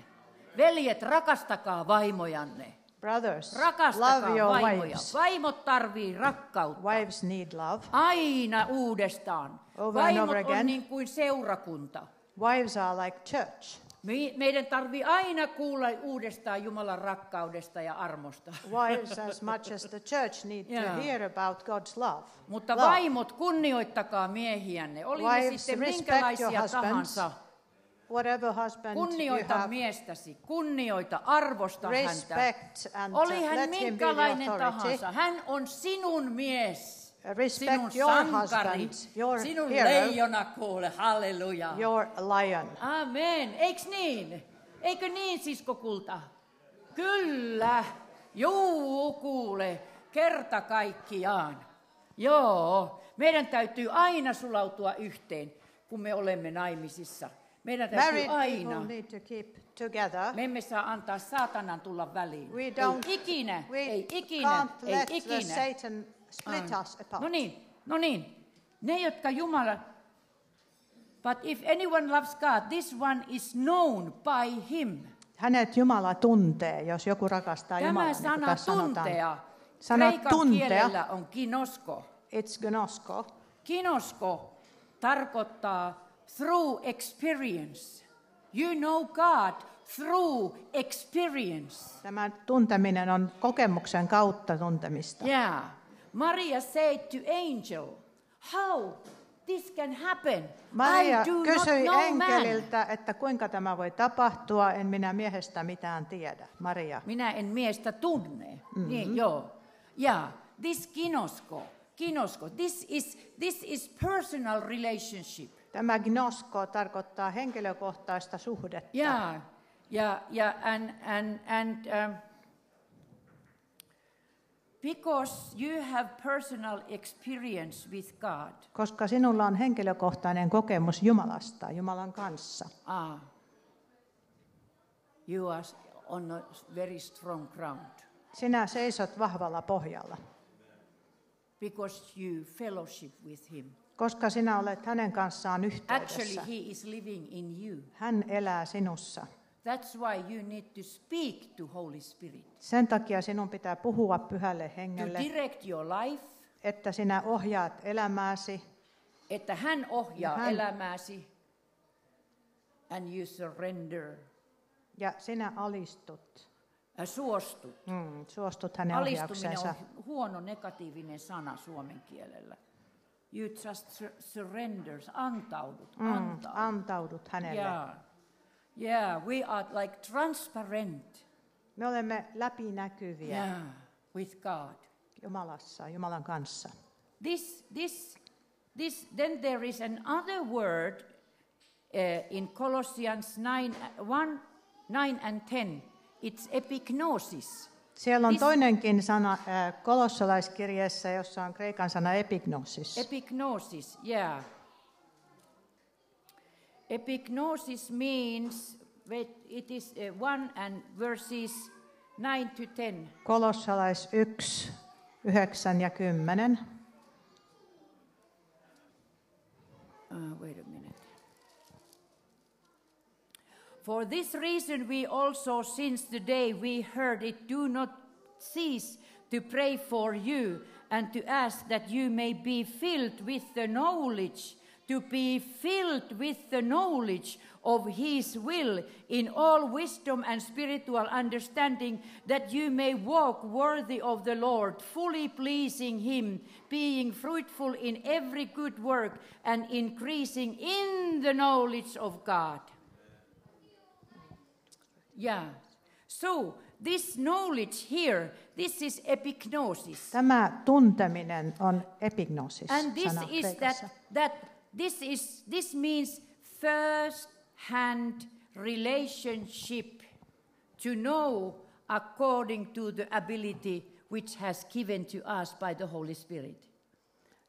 S1: Veljet, rakastakaa vaimojanne.
S2: Brothers,
S1: Rakastakaa
S2: love your
S1: vaimoja.
S2: wives.
S1: Vaimot tarvii rakkautta.
S2: Wives need love.
S1: Aina uudestaan.
S2: Over and
S1: Vaimot
S2: over
S1: on
S2: again.
S1: niin kuin seurakunta.
S2: Wives are like church.
S1: Me- Meidän tarvii aina kuulla uudestaan Jumalan rakkaudesta ja armosta.
S2: Wives, as much as the church, need
S1: Jaa.
S2: to hear about God's love.
S1: Mutta
S2: Love.
S1: vaimot, kunnioittakaa miehiänne. Oli ne
S2: Wives,
S1: sitten
S2: respect your
S1: minkälaisia
S2: husbands.
S1: tahansa.
S2: Whatever husband you
S1: Kunnioita
S2: have,
S1: miestäsi, kunnioita, arvosta häntä.
S2: respect and
S1: Oli
S2: let
S1: hän
S2: him be the
S1: minkälainen
S2: authority.
S1: tahansa, hän on sinun mies.
S2: Respect
S1: sinun
S2: your
S1: sankari,
S2: husband, your
S1: sinun
S2: hero.
S1: leijona kuule, halleluja.
S2: Your lion.
S1: Amen, eiks niin? Eikö niin, siskokulta? Kyllä, juu kuule, kerta kaikkiaan. Joo, meidän täytyy aina sulautua yhteen, kun me olemme naimisissa. Meidän täytyy
S2: Married
S1: aina.
S2: people need to keep together.
S1: Me emme saa antaa saatanan tulla väliin.
S2: We
S1: ei
S2: don't,
S1: ikinä,
S2: we
S1: ei ikinä,
S2: can't
S1: ei
S2: let the
S1: ikinä.
S2: Satan split us apart.
S1: No niin, no niin. Ne, jotka Jumala... But if anyone loves God, this one is known by him.
S2: Hänet Jumala tuntee, jos joku rakastaa Jumalaa,
S1: Tämä
S2: niin kuin
S1: sana
S2: tässä
S1: tuntea,
S2: sanotaan. Sana
S1: kreikan
S2: tuntea.
S1: kielellä on kinosko.
S2: It's gnosko.
S1: Kinosko tarkoittaa through experience. You know God through experience.
S2: Tämä tunteminen on kokemuksen kautta tuntemista.
S1: Yeah. Maria said to angel, how this can happen?
S2: Maria
S1: I do not
S2: kysyi
S1: know man.
S2: enkeliltä, että kuinka tämä voi tapahtua, en minä miehestä mitään tiedä. Maria.
S1: Minä en miestä tunne. Mm-hmm.
S2: Mhm.
S1: Niin, joo. Ja this kinosko, kinosko, this is, this is personal relationship.
S2: Tämä gnosko tarkoittaa henkilökohtaista suhdetta.
S1: Yeah, yeah, yeah, and and and um, because you have personal experience with God.
S2: Koska sinulla on henkilökohtainen kokemus Jumalasta, Jumalan kanssa.
S1: Ah, you are s- on a very strong ground
S2: Sinä seisot vahvalla pohjalla,
S1: because you fellowship with Him.
S2: koska sinä olet hänen kanssaan
S1: Actually,
S2: yhteydessä.
S1: He is living in you.
S2: Hän elää sinussa.
S1: That's why you need to speak to Holy Spirit
S2: Sen takia sinun pitää puhua pyhälle
S1: to
S2: hengelle,
S1: direct your life,
S2: että sinä ohjaat elämääsi
S1: että hän ohjaa
S2: Hän-
S1: elämääsi and you surrender.
S2: ja sinä alistut.
S1: Äh, Suostut.
S2: Mm, suostut hänen
S1: Hmm. Alistuminen
S2: ohjauksensa.
S1: on huono negatiivinen sana suomen kielellä. You just sur- surrender, antaudut,
S2: Mm,
S1: antaudut.
S2: antaudut hänelle.
S1: Yeah. yeah, we are like transparent
S2: Me olemme läpinäkyviä
S1: yeah, with God.
S2: Jumalassa, Jumalan kanssa.
S1: This, this, this, then there is another word uh, in uh, Colossians 9, 1, 9 and 10. It's epignosis.
S2: Siellä on
S1: This-
S2: toinenkin sana äh, kolossalaiskirjeessä, jossa on kreikan sana epignosis.
S1: Epignosis, yeah. Epignosis means wait, it is uh, one and verses nine to ten.
S2: Kolossalais 1, 9 ja 10.
S1: Uh, wait a minute. For this reason, we also, since the day we heard it, do not cease to pray for you and to ask that you may be filled with the knowledge, to be filled with the knowledge of His will in all wisdom and spiritual understanding, that you may walk worthy of the Lord, fully pleasing Him, being fruitful in every good work and increasing in the knowledge of God. Yeah. So this knowledge here, this is epignosis.
S2: Tämä tunteminen on epignosis.
S1: And this
S2: sana
S1: is
S2: kreikassa.
S1: that that this is this means first hand relationship to know according to the ability which has given to us by the Holy Spirit.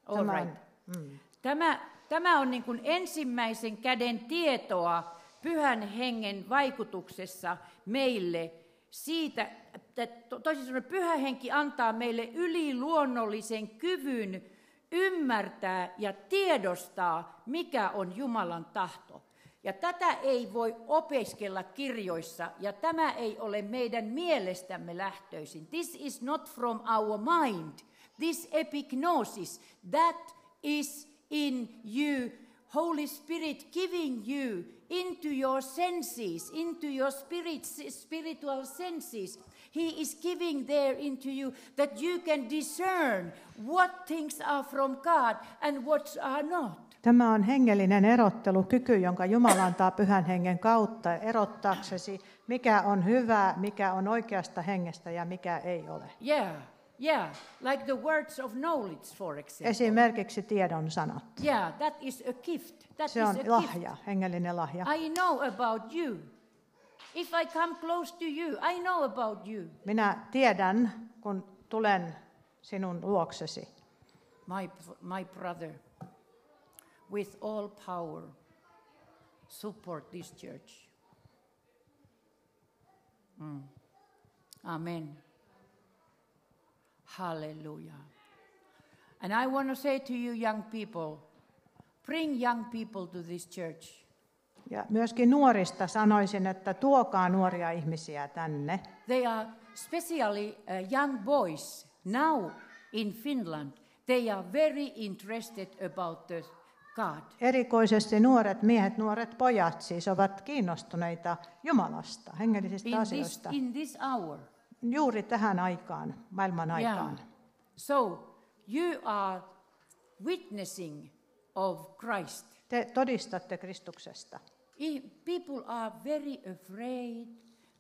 S1: All
S2: Tämä on- mm.
S1: right. Tämä, tämä on niin kuin ensimmäisen käden tietoa pyhän hengen vaikutuksessa meille siitä, että to- toisin sanoen pyhä henki antaa meille yliluonnollisen kyvyn ymmärtää ja tiedostaa, mikä on Jumalan tahto. Ja tätä ei voi opiskella kirjoissa, ja tämä ei ole meidän mielestämme lähtöisin. This is not from our mind. This epignosis, that is in you, Holy Spirit giving you into your senses, into your spirit, spiritual senses. He is giving there into you that you can discern what things are from God and what are not.
S2: Tämä on hengellinen erottelukyky, jonka Jumala antaa pyhän hengen kautta erottaaksesi, mikä on hyvää, mikä on oikeasta hengestä ja mikä ei ole.
S1: Yeah, yeah, like the words of knowledge, for example.
S2: Esimerkiksi tiedon sanat.
S1: Yeah, that is a gift. That is
S2: Se on
S1: a gift.
S2: lahja, hengellinen lahja.
S1: I know about you. If I come close to you, I know about you.
S2: Minä tiedän, kun tulen sinun luoksesi.
S1: my, my brother, with all power, support this church. Mm. Amen. Hallelujah. And I want to say to you, young people, bring young people to this church.
S2: Ja myöskin nuorista sanoisin, että tuokaa nuoria ihmisiä tänne.
S1: They are, especially uh, young boys now in Finland, they are very interested about the God.
S2: Erikoisesti nuoret miehet, nuoret pojat siis ovat kiinnostuneita Jumalasta, hengellisistä
S1: in this,
S2: asioista.
S1: in this hour.
S2: Juuri tähän aikaan, maailman aikaan.
S1: So you are witnessing of Christ.
S2: Te todistatte Kristuksesta.
S1: I- People are very afraid.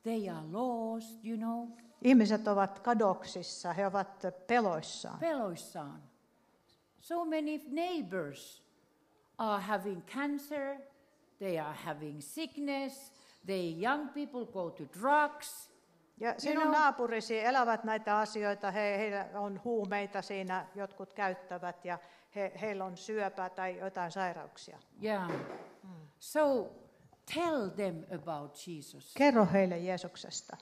S1: They are lost, you know,
S2: Ihmiset ovat kadoksissa, he ovat peloissaan.
S1: peloissaan. So many neighbors are having cancer. They are having sickness. The young people go to drugs.
S2: Ja sinun
S1: know-
S2: naapurisi elävät näitä asioita, he, heillä on huumeita siinä, jotkut käyttävät ja he, heillä on syöpää tai jotain sairauksia.
S1: Yeah. So tell them about Jesus.
S2: Kerro heille Jeesuksesta.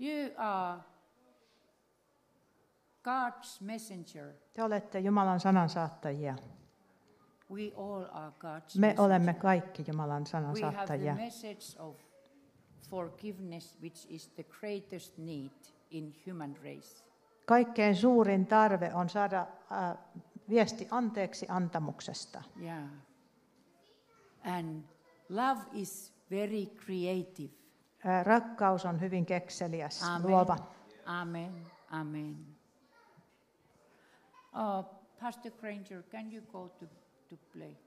S1: You are God's messenger.
S2: Te olette Jumalan sanansaattajia.
S1: We all are God's
S2: Me
S1: messenger.
S2: olemme kaikki Jumalan
S1: We have the
S2: sanansaattajia.
S1: message of forgiveness, which is the greatest need in human race.
S2: Kaikkein suurin tarve on saada äh, viesti anteeksi antamuksesta.
S1: Yeah. And love is very creative.
S2: Äh, rakkaus on hyvin kekseliäs,
S1: Amen.
S2: luova.
S1: Amen. Amen. Uh, Pastor Granger, can you go to, to play?